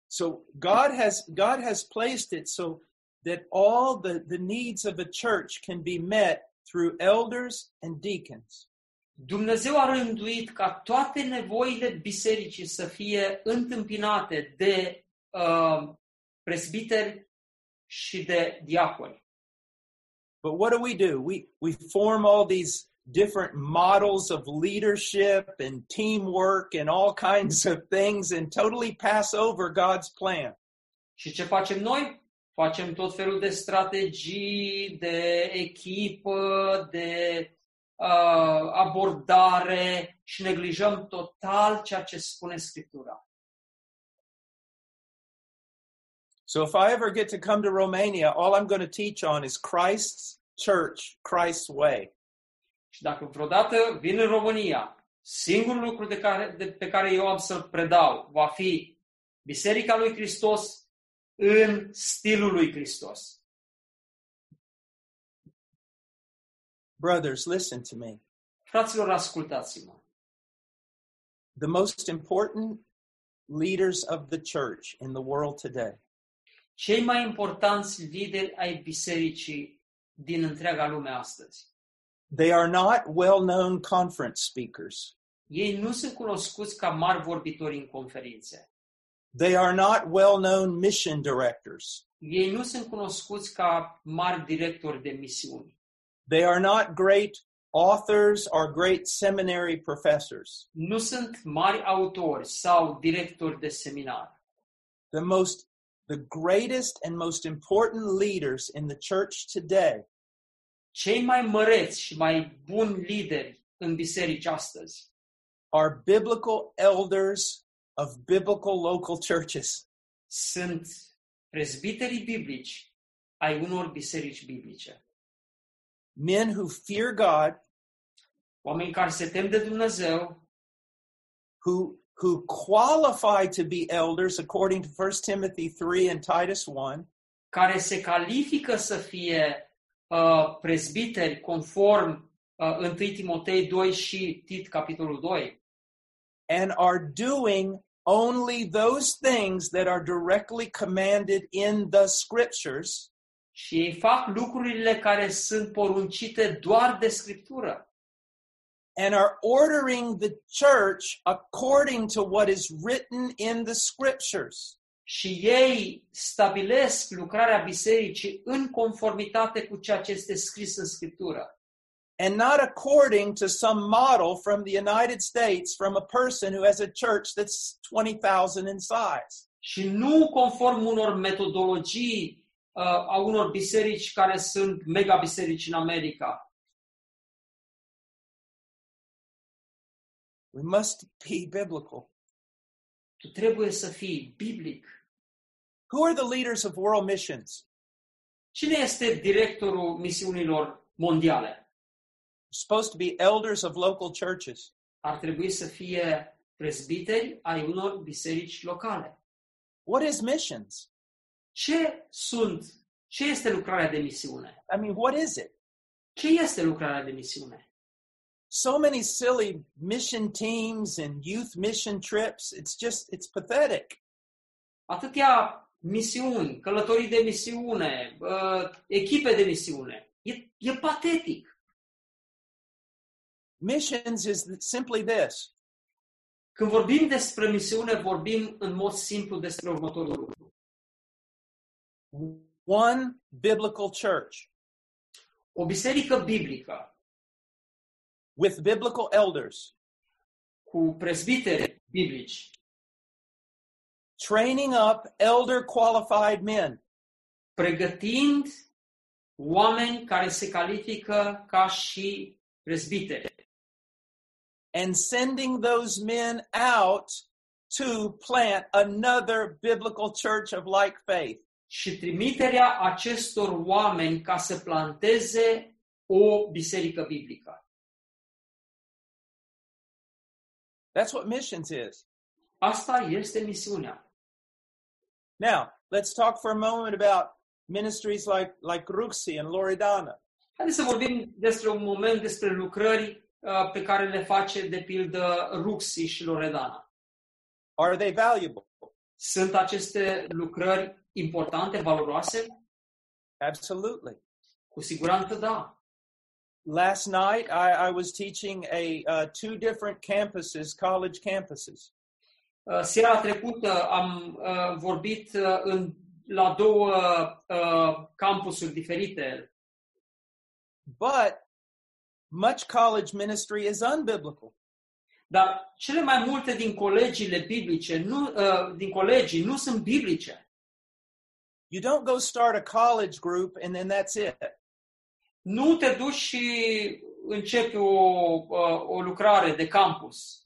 [SPEAKER 1] so god has god has placed it so that all the, the needs of a church can be met through elders and deacons
[SPEAKER 2] Dumnezeu a rânduit ca toate nevoile bisericii să fie întâmpinate de uh, presbiteri și de diaconi.
[SPEAKER 1] but what do we do we we form all these different models of leadership and teamwork and all kinds of things and totally pass over god's plan
[SPEAKER 2] Și ce facem noi? Facem tot felul de strategii, de echipă, de uh, abordare și neglijăm total ceea ce spune Scriptura.
[SPEAKER 1] so if i ever get to come to romania all i'm going to teach on is christ's church christ's way
[SPEAKER 2] Și dacă vreodată vin în România, singurul lucru de care, de, pe care eu am să-l predau va fi Biserica lui Hristos în stilul lui Hristos.
[SPEAKER 1] Brothers, listen to me.
[SPEAKER 2] Fraților, ascultați-mă.
[SPEAKER 1] The most important leaders of the church in the world today
[SPEAKER 2] Cei mai importanți lideri ai bisericii din întreaga lume astăzi.
[SPEAKER 1] They are not well known conference speakers.
[SPEAKER 2] Ei nu sunt cunoscuți ca mari vorbitori în conferințe.
[SPEAKER 1] They are not well known mission directors.
[SPEAKER 2] Ei nu sunt cunoscuți ca mari directori de misiuni.
[SPEAKER 1] They are not great authors or great seminary professors.
[SPEAKER 2] Nu sunt mari autori sau directori de seminar.
[SPEAKER 1] The most the greatest and most important leaders in the church today
[SPEAKER 2] Cei mai măreți și mai buni lideri în biserici astăzi
[SPEAKER 1] are biblical elders of biblical local churches.
[SPEAKER 2] sunt prezbiterii biblici ai unor biserici biblice.
[SPEAKER 1] Men who fear God,
[SPEAKER 2] Oameni care se tem de Dumnezeu,
[SPEAKER 1] who who qualify to be elders according to 1 Timothy 3 and Titus 1,
[SPEAKER 2] care se califică să fie uh, prezbiteri conform uh, 1 Timotei 2 și Tit capitolul 2
[SPEAKER 1] and are doing only those things that are directly commanded in the scriptures,
[SPEAKER 2] și ei fac lucrurile care sunt poruncite doar de Scriptură
[SPEAKER 1] and are ordering the church according to what is written in the scriptures.
[SPEAKER 2] și ei stabilesc lucrarea bisericii în conformitate cu ceea ce este scris în Scriptură
[SPEAKER 1] And not according to some model from the United States from a person who has a church that's 20,000 in size.
[SPEAKER 2] și nu conform unor metodologii uh, a unor biserici care sunt mega biserici în America.
[SPEAKER 1] We must be biblical.
[SPEAKER 2] Tu trebuie să fii biblic.
[SPEAKER 1] Who are the leaders of world missions?
[SPEAKER 2] Cine este directorul misiunilor mondiale?
[SPEAKER 1] Supposed to be elders of local churches.
[SPEAKER 2] Ar trebui să fie prezbiteri ai unor biserici locale.
[SPEAKER 1] What is missions?
[SPEAKER 2] Ce sunt? Ce este lucrarea de misiune?
[SPEAKER 1] I mean, what is it?
[SPEAKER 2] Ce este lucrarea de misiune?
[SPEAKER 1] so many silly mission teams and youth mission trips. It's just, it's pathetic.
[SPEAKER 2] Atâtea misiuni, călătorii de misiune, uh, echipe de misiune. E, e patetic.
[SPEAKER 1] Missions is simply this
[SPEAKER 2] Când vorbim despre misiune, vorbim în mod simplu despre următorul lucru.
[SPEAKER 1] one biblical church
[SPEAKER 2] O biserică biblică
[SPEAKER 1] with biblical elders
[SPEAKER 2] cu prezbiteri biblici
[SPEAKER 1] training up elder qualified men
[SPEAKER 2] pregătind oameni care se califică ca și prezbiteri
[SPEAKER 1] and sending those men out to plant another biblical church of like faith.
[SPEAKER 2] și trimiterea acestor oameni ca să planteze o biserică biblică.
[SPEAKER 1] That's what missions is.
[SPEAKER 2] Asta este misiunea.
[SPEAKER 1] Now, let's talk for a moment about ministries like, like Ruxi and Loredana.
[SPEAKER 2] Haideți să vorbim despre un moment despre lucrări uh, pe care le face, de pildă, Ruxi și Loredana.
[SPEAKER 1] Are they valuable?
[SPEAKER 2] Sunt aceste lucrări importante, valoroase?
[SPEAKER 1] Absolutely.
[SPEAKER 2] Cu siguranță da.
[SPEAKER 1] Last night, I, I was teaching a uh, two different campuses, college campuses,
[SPEAKER 2] Uh, Seara trecută am uh, vorbit uh, în, la două uh, campusuri diferite,
[SPEAKER 1] but much college ministry is unbiblical.
[SPEAKER 2] dar cele mai multe din colegiile biblice, nu, uh, din colegii, nu sunt biblice.
[SPEAKER 1] You don't go start a college group and then that's it.
[SPEAKER 2] Nu te duci și începi o, uh, o lucrare de campus,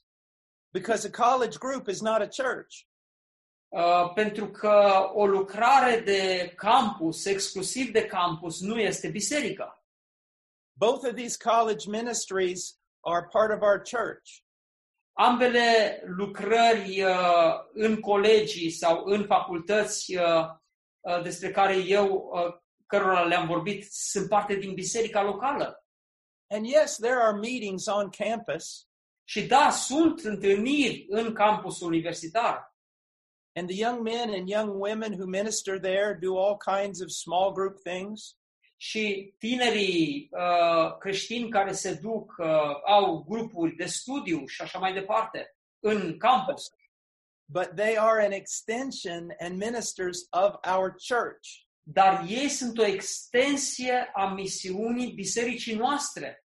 [SPEAKER 1] Because a college group is not a church.
[SPEAKER 2] uh, pentru că o lucrare de campus, exclusiv de campus, nu este biserică.
[SPEAKER 1] Both of these college ministries are part of our church.
[SPEAKER 2] ambele lucrări uh, în colegii sau în facultăți uh, uh, despre care eu, uh, cărora le-am vorbit, sunt parte din biserica locală.
[SPEAKER 1] And yes, there are meetings on campus,
[SPEAKER 2] Și da, sunt întâlniri în campusul universitar.
[SPEAKER 1] and the young men and young women who minister there do all kinds of small group things.
[SPEAKER 2] Și tinerii uh, creștini care se duc uh, au grupuri de studiu și așa mai departe în campus.
[SPEAKER 1] but they are an extension and ministers of our church.
[SPEAKER 2] Dar ei sunt o extensie a misiunii bisericii noastre.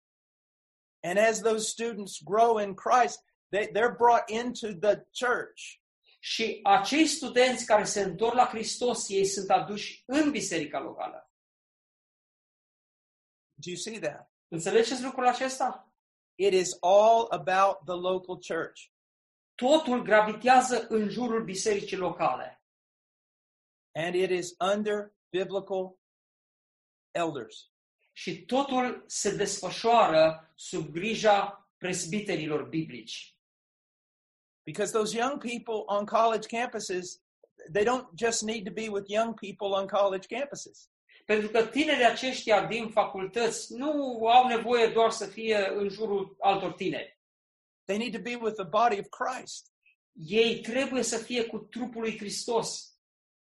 [SPEAKER 1] And as those students grow in Christ, they, they're brought into the church.
[SPEAKER 2] Și acei studenți care se întorc la Hristos, ei sunt aduși în biserica locală.
[SPEAKER 1] Do you see that?
[SPEAKER 2] Înțelegeți lucrul acesta?
[SPEAKER 1] It is all about the local church.
[SPEAKER 2] Totul gravitează în jurul bisericii locale
[SPEAKER 1] And it is under biblical elders.
[SPEAKER 2] și totul se desfășoară sub grija presbiterilor biblici.
[SPEAKER 1] Because those young people on college campuses, they don't just need to be with young people on college campuses.
[SPEAKER 2] Pentru că tinerii aceștia din facultăți nu au nevoie doar să fie în jurul altor tineri.
[SPEAKER 1] They need to be with the body of Christ,
[SPEAKER 2] Ei trebuie să fie cu trupul lui Hristos,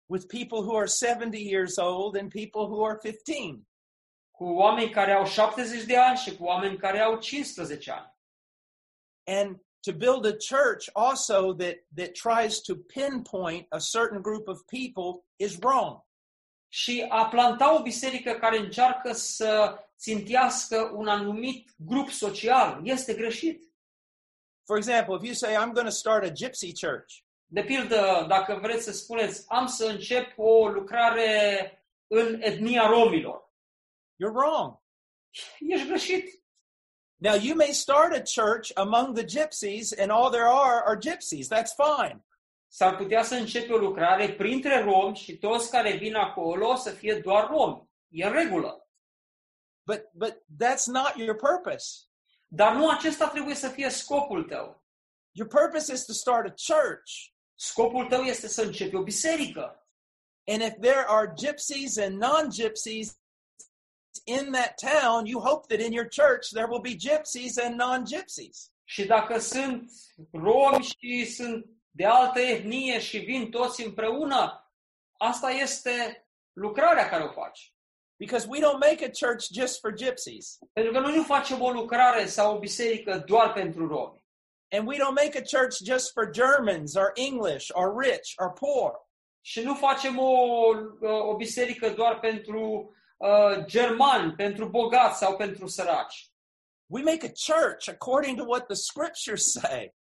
[SPEAKER 1] with people who are 70 years old and people who are 15.
[SPEAKER 2] cu oameni care au 70 de ani și cu oameni care au 15 ani.
[SPEAKER 1] and to build a church also that that tries to pinpoint a certain group of people is wrong
[SPEAKER 2] Și a planta o biserică care încearcă să țintească un anumit grup social este greșit.
[SPEAKER 1] for example if you say i'm going to start a gypsy church
[SPEAKER 2] De pildă, dacă vreți să spuneți, am să încep o lucrare în etnia romilor.
[SPEAKER 1] you're wrong
[SPEAKER 2] Ești greșit.
[SPEAKER 1] now you may start a church among the gypsies and all there are are gypsies that's fine
[SPEAKER 2] s-ar putea să începe o lucrare printre romi și toți care vin acolo să fie doar romi. E în regulă.
[SPEAKER 1] but but that's not your purpose
[SPEAKER 2] Dar nu acesta trebuie să fie scopul tău.
[SPEAKER 1] your purpose is to start a church
[SPEAKER 2] Scopul tău este să începi o biserică.
[SPEAKER 1] and if there are gypsies and non-gypsies in that town you hope that in your church there will be gypsies and non-gypsies
[SPEAKER 2] Și dacă sunt romi și sunt de altă etnie și vin toți împreună, asta este lucrarea care o faci.
[SPEAKER 1] because we don't make a church just for gypsies
[SPEAKER 2] Pentru că noi nu facem o lucrare sau o biserică doar pentru romi.
[SPEAKER 1] and we don't make a church just for germans or english or rich or poor
[SPEAKER 2] Și nu facem o, uh, o biserică doar pentru uh, germani, pentru bogați sau pentru săraci.
[SPEAKER 1] we make a church according to what the scriptures say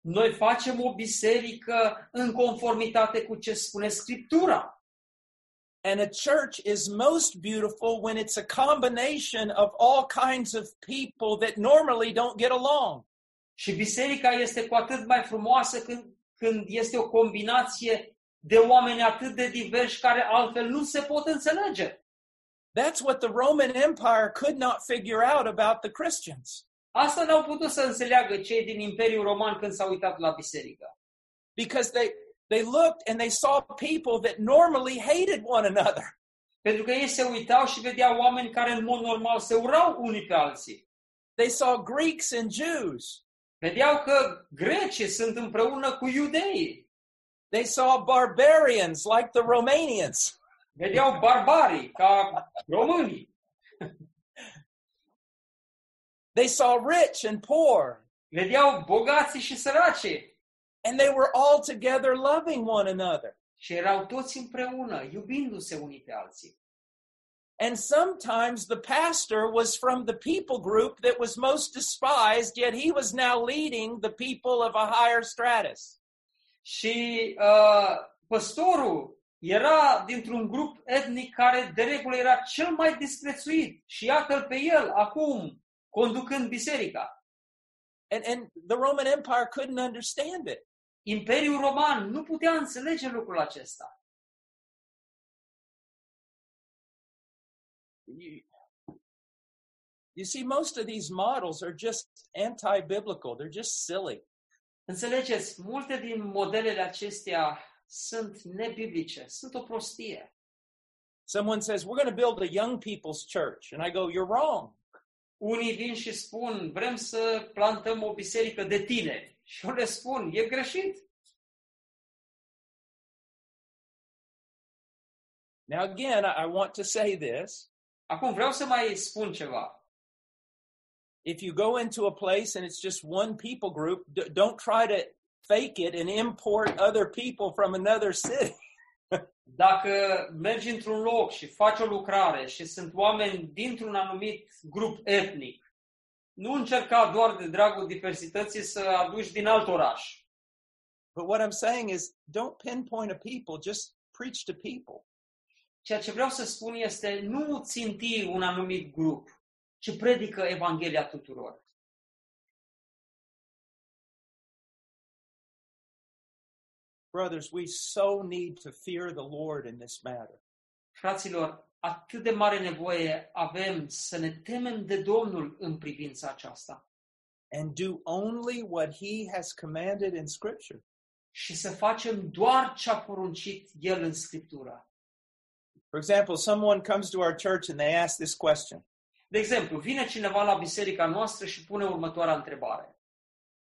[SPEAKER 2] Noi facem o biserică în conformitate cu ce spune Scriptura.
[SPEAKER 1] and a church is most beautiful when it's a combination of all kinds of people that normally don't get along
[SPEAKER 2] Și biserica este cu atât mai frumoasă când, când este o combinație de oameni atât de diversi care altfel nu se pot înțelege.
[SPEAKER 1] that's what the roman empire could not figure out about the christians
[SPEAKER 2] Asta n-au putut să înțeleagă cei din Imperiul Roman când s-au uitat la biserică.
[SPEAKER 1] because they they looked and they saw people that normally hated one another
[SPEAKER 2] Pentru că ei se uitau și vedeau oameni care în mod normal se urau unii pe alții.
[SPEAKER 1] they saw greeks and jews
[SPEAKER 2] Vedeau că grecii sunt împreună cu iudeii.
[SPEAKER 1] They saw barbarians like the Romanians.
[SPEAKER 2] Vedeau barbarii ca românii.
[SPEAKER 1] They saw rich and poor.
[SPEAKER 2] Vedeau bogații și săracii.
[SPEAKER 1] And they were all together loving one another.
[SPEAKER 2] Și erau toți împreună, iubindu-se unii pe alții.
[SPEAKER 1] And sometimes the pastor was from the people group that was most despised, yet he was now leading the people of a higher stratus.
[SPEAKER 2] Și uh, păstorul era dintr-un grup etnic care de regulă era cel mai disprețuit. Și iată-l pe el acum, conducând biserica.
[SPEAKER 1] And, and the Roman Empire couldn't understand it.
[SPEAKER 2] Imperiul Roman nu putea înțelege lucrul acesta.
[SPEAKER 1] You, you see, most of these models are just anti biblical, they're just silly.
[SPEAKER 2] Înțelegeți, multe din modelele acestea sunt nebiblice, sunt o prostie.
[SPEAKER 1] Someone says, We're going to build a young people's church. And I go, You're wrong.
[SPEAKER 2] Unii vin și spun, vrem să plantăm o biserică de tineri. Și eu le spun, e greșit.
[SPEAKER 1] Now, again, I I want to say this.
[SPEAKER 2] Acum vreau să mai spun ceva.
[SPEAKER 1] If you go into a place and it's just one people group, d- don't try to fake it and import other people from another city.
[SPEAKER 2] Dacă mergi într-un loc și faci o lucrare și sunt oameni dintr-un anumit grup etnic, nu încerca doar de dragul diversității să aduci din alt oraș.
[SPEAKER 1] But what I'm saying is, don't pinpoint a people, just preach to people.
[SPEAKER 2] Ceea ce vreau să spun este nu ținti un anumit grup, ci predică Evanghelia tuturor.
[SPEAKER 1] Brothers, we so need to fear the Lord in this matter.
[SPEAKER 2] Fraților, atât de mare nevoie avem să ne temem de Domnul în privința aceasta
[SPEAKER 1] and do only what he has commanded in scripture.
[SPEAKER 2] și să facem doar ce a poruncit El în Scriptură.
[SPEAKER 1] For example, someone comes to our church and they ask this question
[SPEAKER 2] De exemplu, vine cineva la biserica noastră și pune următoarea întrebare.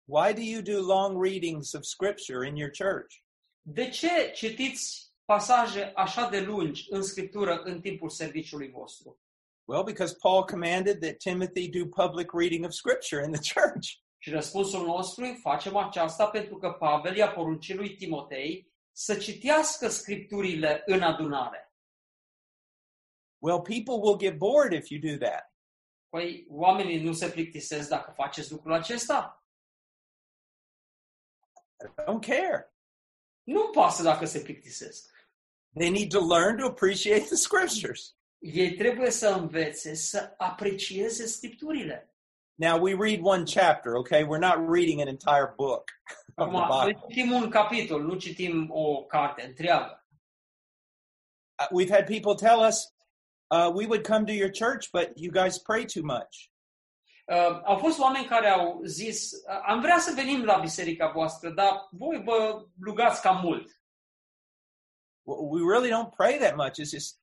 [SPEAKER 1] Why do you do long readings of scripture in your church?
[SPEAKER 2] De ce citiți pasaje așa de lungi în Scriptură în timpul serviciului vostru?
[SPEAKER 1] Well, because Paul commanded that Timothy do public reading of scripture in the church.
[SPEAKER 2] Și răspunsul nostru e, facem aceasta pentru că Pavel i-a poruncit lui Timotei să citească Scripturile în adunare.
[SPEAKER 1] Well, people will get bored if you do that.
[SPEAKER 2] Păi oamenii nu se plictisesc dacă faceți lucrul acesta?
[SPEAKER 1] I don't care.
[SPEAKER 2] Nu pasă dacă se plictisesc.
[SPEAKER 1] They need to learn to appreciate the scriptures.
[SPEAKER 2] Ei trebuie să învețe să aprecieze Scripturile.
[SPEAKER 1] Now, we read one chapter, okay? We're not reading an entire book of the
[SPEAKER 2] Acum, noi
[SPEAKER 1] Bible.
[SPEAKER 2] citim un capitol, nu citim o carte întreagă.
[SPEAKER 1] Uh, We've had people tell us, uh, we would come to your church, but you guys pray too much.
[SPEAKER 2] Uh, au fost oameni care au zis, "Uh, am vrea să venim la biserica voastră, dar voi vă rugați cam mult.
[SPEAKER 1] Well, we really don't pray that much. It's just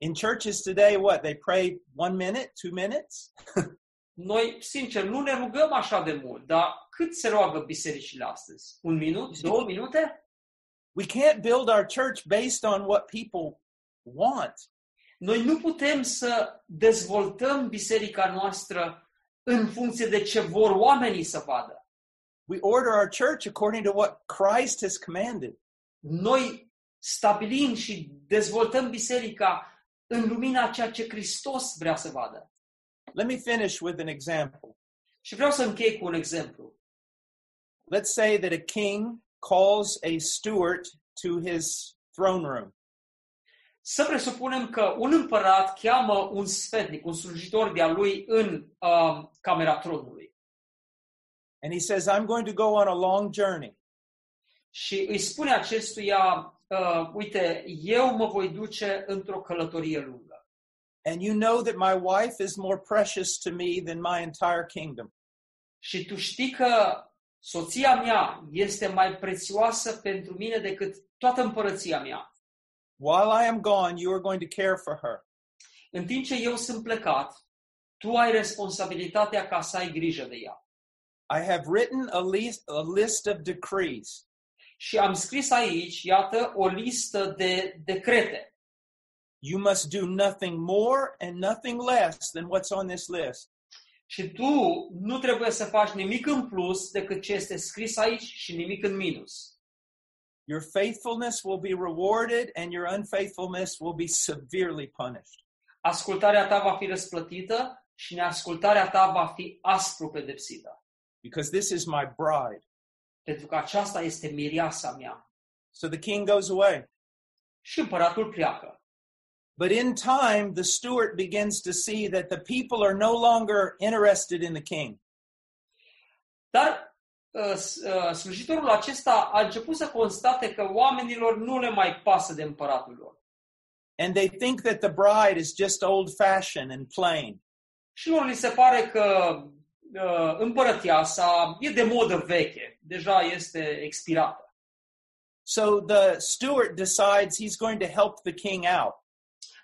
[SPEAKER 1] in churches today, what they pray one minute, two minutes.
[SPEAKER 2] Noi, sincer, nu ne rugăm așa de mult, dar cât se roagă bisericile astăzi? Un minut? Două minute?
[SPEAKER 1] We can't build our church based on what people want.
[SPEAKER 2] Noi nu putem să dezvoltăm biserica noastră în funcție de ce vor oamenii să vadă.
[SPEAKER 1] We order our church according to what Christ has commanded.
[SPEAKER 2] noi stabilim și dezvoltăm biserica în lumina a ceea ce Hristos vrea să vadă.
[SPEAKER 1] Let me finish with an example.
[SPEAKER 2] Și vreau să închei cu un exemplu.
[SPEAKER 1] Let's say that a king calls a steward to his throne room.
[SPEAKER 2] Să presupunem că un împărat cheamă un sfetnic, un slujitor de-a lui în uh, camera tronului
[SPEAKER 1] And he says, I'm going to go on a long journey.
[SPEAKER 2] și îi spune acestuia, uh, uite, eu mă voi duce într-o călătorie lungă
[SPEAKER 1] And you know that my wife is more precious to me than my entire kingdom.
[SPEAKER 2] și tu știi că soția mea este mai prețioasă pentru mine decât toată împărăția mea.
[SPEAKER 1] While I am gone, you are going to care for her.
[SPEAKER 2] În timp ce eu sunt plecat, tu ai responsabilitatea ca să ai grijă de ea.
[SPEAKER 1] I have written a list, a list of decrees.
[SPEAKER 2] Și am scris aici, iată, o listă de decrete.
[SPEAKER 1] You must do nothing more and nothing less than what's on this list.
[SPEAKER 2] Și tu nu trebuie să faci nimic în plus decât ce este scris aici și nimic în minus.
[SPEAKER 1] Your faithfulness will be rewarded and your unfaithfulness will be severely punished.
[SPEAKER 2] Ascultarea ta va fi răsplătită și neascultarea ta va fi aspru pedepsită.
[SPEAKER 1] Because this is my bride.
[SPEAKER 2] Pentru că aceasta este mireasa mea.
[SPEAKER 1] So the king goes away.
[SPEAKER 2] Și împăratul pleacă.
[SPEAKER 1] But in time, the steward begins to see that the people are no longer interested in the king.
[SPEAKER 2] Dar uh, s- uh, slujitorul acesta a început să constate că oamenilor nu le mai pasă de împăratul lor.
[SPEAKER 1] And they think that the bride is just old fashioned and plain.
[SPEAKER 2] Și lor li se pare că uh, împărăteasa e de modă veche, deja este expirată.
[SPEAKER 1] So the steward decides he's going to help the king out.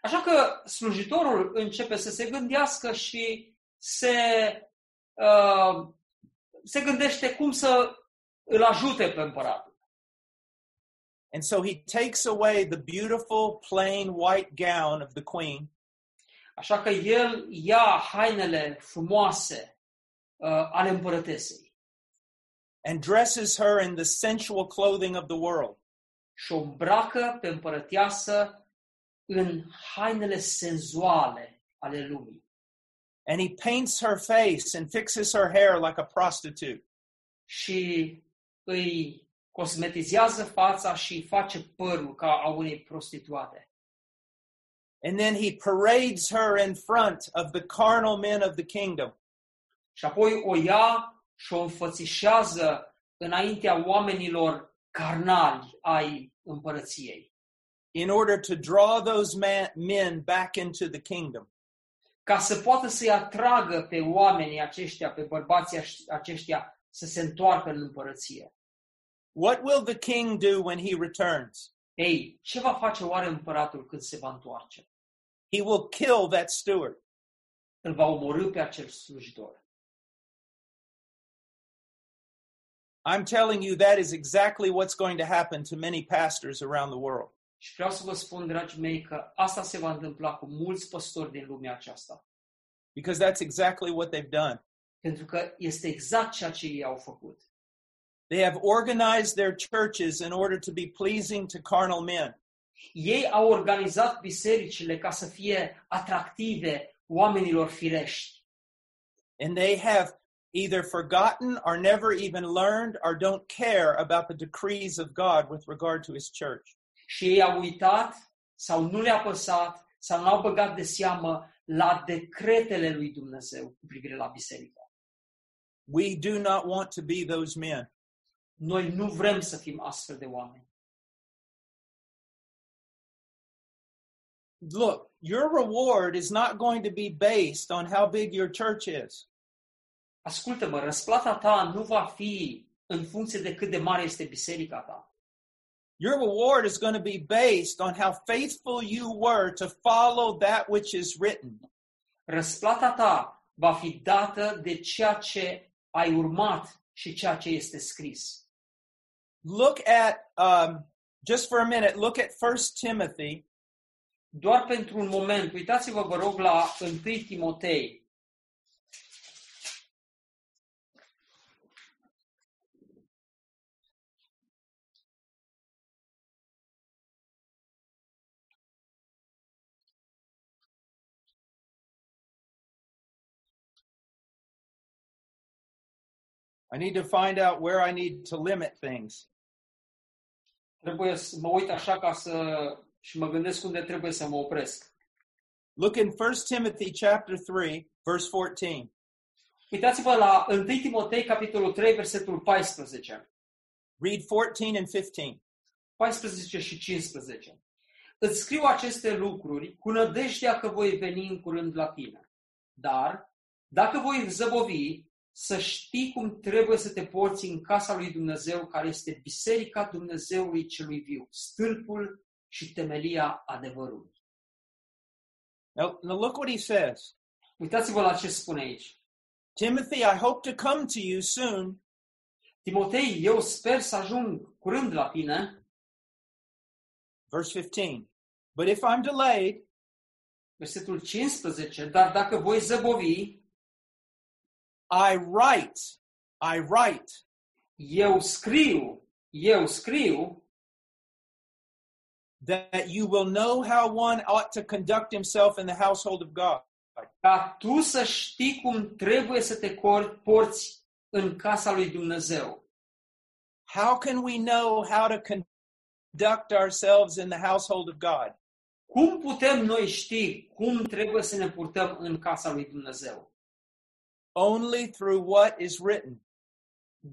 [SPEAKER 2] Așa că slujitorul începe să se gândească și se, uh, se gândește cum să îl ajute pe împăratul.
[SPEAKER 1] And so he takes away the beautiful plain white gown of the queen
[SPEAKER 2] Așa că el ia hainele frumoase uh, ale împărătesei
[SPEAKER 1] and dresses her in the sensual clothing of the world.
[SPEAKER 2] și o îmbracă pe împărăteasă în hainele senzuale ale lumii.
[SPEAKER 1] And he paints her face and fixes her hair like a prostitute.
[SPEAKER 2] și îi cosmetizează fața și îi face părul ca a unei prostituate.
[SPEAKER 1] And then he parades her in front of the carnal men of the kingdom.
[SPEAKER 2] Și apoi o ia și o înfățișează înaintea oamenilor carnali ai împărăției,
[SPEAKER 1] in order to draw those man, men back into the kingdom.
[SPEAKER 2] ca să poată să-i atragă pe oamenii aceștia, pe bărbații aceștia, să se întoarcă în împărăție.
[SPEAKER 1] What will the king do when he returns?
[SPEAKER 2] Ei, ce va face oare împăratul când se va întoarce?
[SPEAKER 1] He will kill that steward.
[SPEAKER 2] Îl va omorâ pe acel slujitor.
[SPEAKER 1] I'm telling you, that is exactly what's going to happen to many pastors around the world.
[SPEAKER 2] Și vreau să vă spun, dragii mei, că asta se va întâmpla cu mulți păstori din lumea aceasta.
[SPEAKER 1] Because that's exactly what they've done.
[SPEAKER 2] Pentru că este exact ceea ce ei au făcut.
[SPEAKER 1] They have organized their churches in order to be pleasing to carnal men.
[SPEAKER 2] Ei au organizat bisericile ca să fie atractive oamenilor firești.
[SPEAKER 1] And they have either forgotten or never even learned or don't care about the decrees of God with regard to his church.
[SPEAKER 2] Și ei au uitat sau nu le-a păsat sau n-au băgat de seamă la decretele lui Dumnezeu cu privire la biserică.
[SPEAKER 1] We do not want to be those men.
[SPEAKER 2] Noi nu vrem să fim astfel de oameni.
[SPEAKER 1] look, your reward is not going to be based on how big your church is.
[SPEAKER 2] Ascultă-mă, răsplata ta nu va fi în funcție de cât de mare este biserica ta.
[SPEAKER 1] Your reward is going to be based on how faithful you were to follow that which is written.
[SPEAKER 2] Răsplata ta va fi dată de ceea ce ai urmat și ceea ce este scris.
[SPEAKER 1] Look at, um, just for a minute, look at First Timothy
[SPEAKER 2] Doar pentru un moment, uitați-vă, vă rog, la 1 Timotei,
[SPEAKER 1] I need to find out where I need to limit things.
[SPEAKER 2] trebuie să mă uit așa ca să și mă gândesc unde trebuie să mă opresc.
[SPEAKER 1] Look in First Timothy chapter 3, verse 14.
[SPEAKER 2] Uitați-vă la 1 Timotei, capitolul 3, versetul 14.
[SPEAKER 1] Read 14 and 15.
[SPEAKER 2] 14 și 15. Îți scriu aceste lucruri cu nădejdea că voi veni în curând la tine. Dar, dacă voi zăbovi, să știi cum trebuie să te porți în casa lui Dumnezeu, care este biserica Dumnezeului celui viu, stâlpul și temelia adevărului.
[SPEAKER 1] Now, now look what he says.
[SPEAKER 2] Uitați-vă la ce spune aici.
[SPEAKER 1] Timothy, I hope to come to you soon
[SPEAKER 2] Timotei, eu sper să ajung curând la tine,
[SPEAKER 1] Verse 15. But if I'm delayed,
[SPEAKER 2] versetul 15, dar dacă voi zăbovi,
[SPEAKER 1] I write, I write
[SPEAKER 2] eu scriu, eu scriu,
[SPEAKER 1] that you will know how one ought to conduct himself in the household of God,
[SPEAKER 2] ca tu să știi cum trebuie să te cor- porți în casa lui Dumnezeu.
[SPEAKER 1] how can we know how to con- conduct ourselves in the household of God?
[SPEAKER 2] Cum putem noi ști cum trebuie să ne purtăm în casa lui Dumnezeu?
[SPEAKER 1] Only through what is written.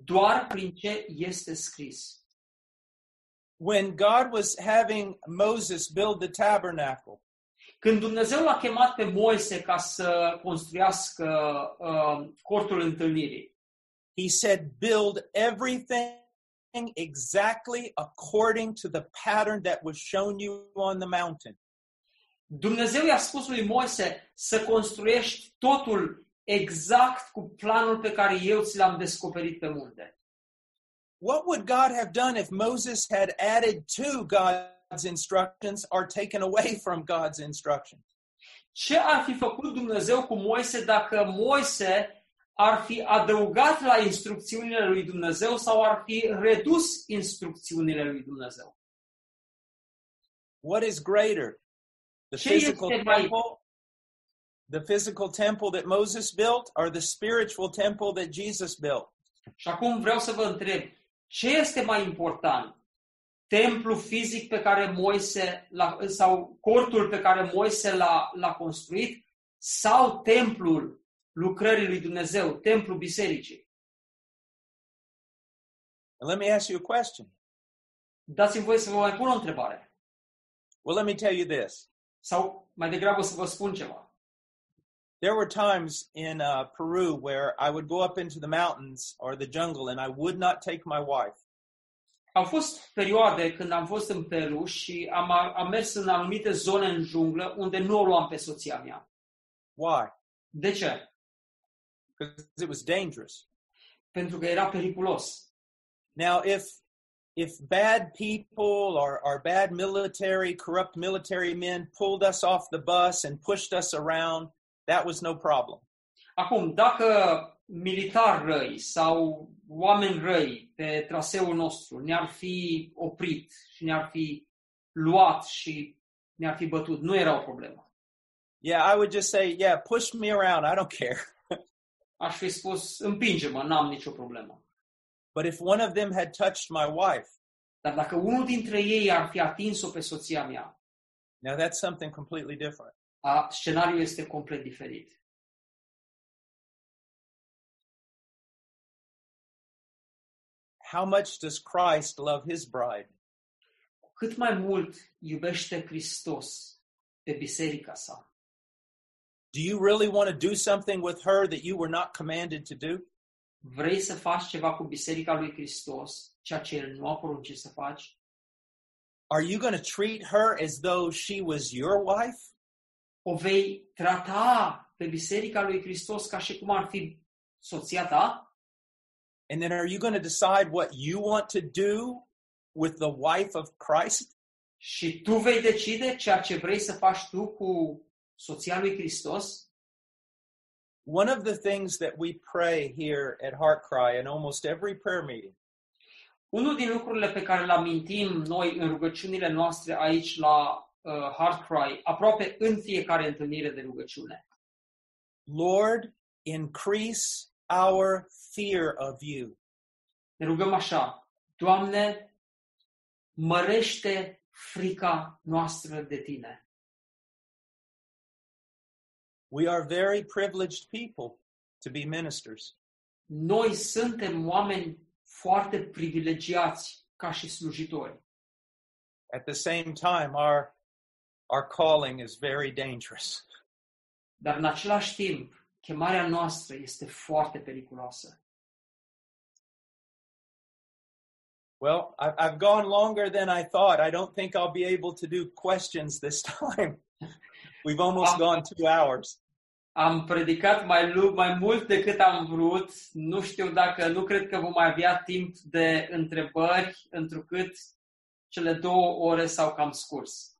[SPEAKER 2] Doar prin ce este scris.
[SPEAKER 1] When God was having Moses build the tabernacle,
[SPEAKER 2] Când Dumnezeu l-a chemat pe Moise ca să construiască uh, cortul întâlnirii,
[SPEAKER 1] He said, build everything exactly according to the pattern that was shown you on the mountain.
[SPEAKER 2] Dumnezeu i-a spus lui Moise să construiești totul exact cu planul pe care eu ți l-am descoperit pe munte.
[SPEAKER 1] What would God have done if Moses had added to God's instructions or taken away from God's instructions?
[SPEAKER 2] Ce ar fi făcut Dumnezeu cu Moise dacă Moise ar fi adăugat la instrucțiunile lui Dumnezeu sau ar fi redus instrucțiunile lui Dumnezeu?
[SPEAKER 1] What is greater? The
[SPEAKER 2] Ce este
[SPEAKER 1] physical
[SPEAKER 2] mai-
[SPEAKER 1] temple, the physical temple that Moses built or the spiritual temple that Jesus built?
[SPEAKER 2] Și acum vreau să vă întreb, ce este mai important? Templul fizic pe care Moise l-a, sau cortul pe care Moise l-a, l-a construit sau templul lucrării lui Dumnezeu, templul bisericii?
[SPEAKER 1] And let me ask you a question.
[SPEAKER 2] Dați-mi voie să vă mai pun o întrebare.
[SPEAKER 1] Well, let me tell you this.
[SPEAKER 2] Sau mai degrabă să vă spun ceva.
[SPEAKER 1] There were times in uh, Peru where I would go up into the mountains or the jungle and I would not take my wife.
[SPEAKER 2] Au fost perioade când am fost în Peru și am, am mers în anumite zone în junglă unde nu o luam pe soția mea.
[SPEAKER 1] Why?
[SPEAKER 2] De ce?
[SPEAKER 1] Because it was dangerous.
[SPEAKER 2] Pentru că era periculos.
[SPEAKER 1] Now, if if bad people or, or bad military, corrupt military men pulled us off the bus and pushed us around, that was no problem.
[SPEAKER 2] Acum, dacă militari răi sau oameni răi pe traseul nostru ne-ar fi oprit și ne-ar fi luat și ne-ar fi bătut, nu era o problemă.
[SPEAKER 1] Yeah, I would just say, yeah, push me around. I don't care.
[SPEAKER 2] Aș fi spus, împinge-mă, n-am nicio problemă.
[SPEAKER 1] But if one of them had touched my wife,
[SPEAKER 2] Dar dacă unul dintre ei ar fi atins-o pe soția mea,
[SPEAKER 1] now that's something completely different.
[SPEAKER 2] a, scenariul este complet diferit.
[SPEAKER 1] How much does Christ love his bride?
[SPEAKER 2] Cu Cât mai mult iubește Hristos pe biserica sa?
[SPEAKER 1] Do you really want to do something with her that you were not commanded to do?
[SPEAKER 2] Vrei să faci ceva cu biserica lui Hristos, ceea ce El nu a poruncit să faci?
[SPEAKER 1] Are you going to treat her as though she was your wife?
[SPEAKER 2] o vei trata pe Biserica lui Hristos ca și cum ar fi soția ta?
[SPEAKER 1] And then are you going to decide what you want to do with the wife of Christ?
[SPEAKER 2] Și tu vei decide ceea ce vrei să faci tu cu soția lui Hristos?
[SPEAKER 1] One of the things that we pray here at Heart Cry in almost every prayer meeting
[SPEAKER 2] Unul din lucrurile pe care le amintim noi în rugăciunile noastre aici la uh, Heart Cry, aproape în fiecare întâlnire de rugăciune.
[SPEAKER 1] Lord, increase our fear of you.
[SPEAKER 2] Ne rugăm așa, Doamne, mărește frica noastră de Tine.
[SPEAKER 1] We are very privileged people to be ministers.
[SPEAKER 2] Noi suntem oameni foarte privilegiați ca și slujitori.
[SPEAKER 1] At the same time, our, our calling is very dangerous.
[SPEAKER 2] Dar în același timp, chemarea noastră este foarte periculoasă.
[SPEAKER 1] Well, I've, I've gone longer than I thought. I don't think I'll be able to do questions this time. We've almost gone two hours.
[SPEAKER 2] Am predicat mai, lu- mai mult decât am vrut. Nu știu dacă, nu cred că vom mai avea timp de întrebări, întrucât cele două ore s-au cam scurs.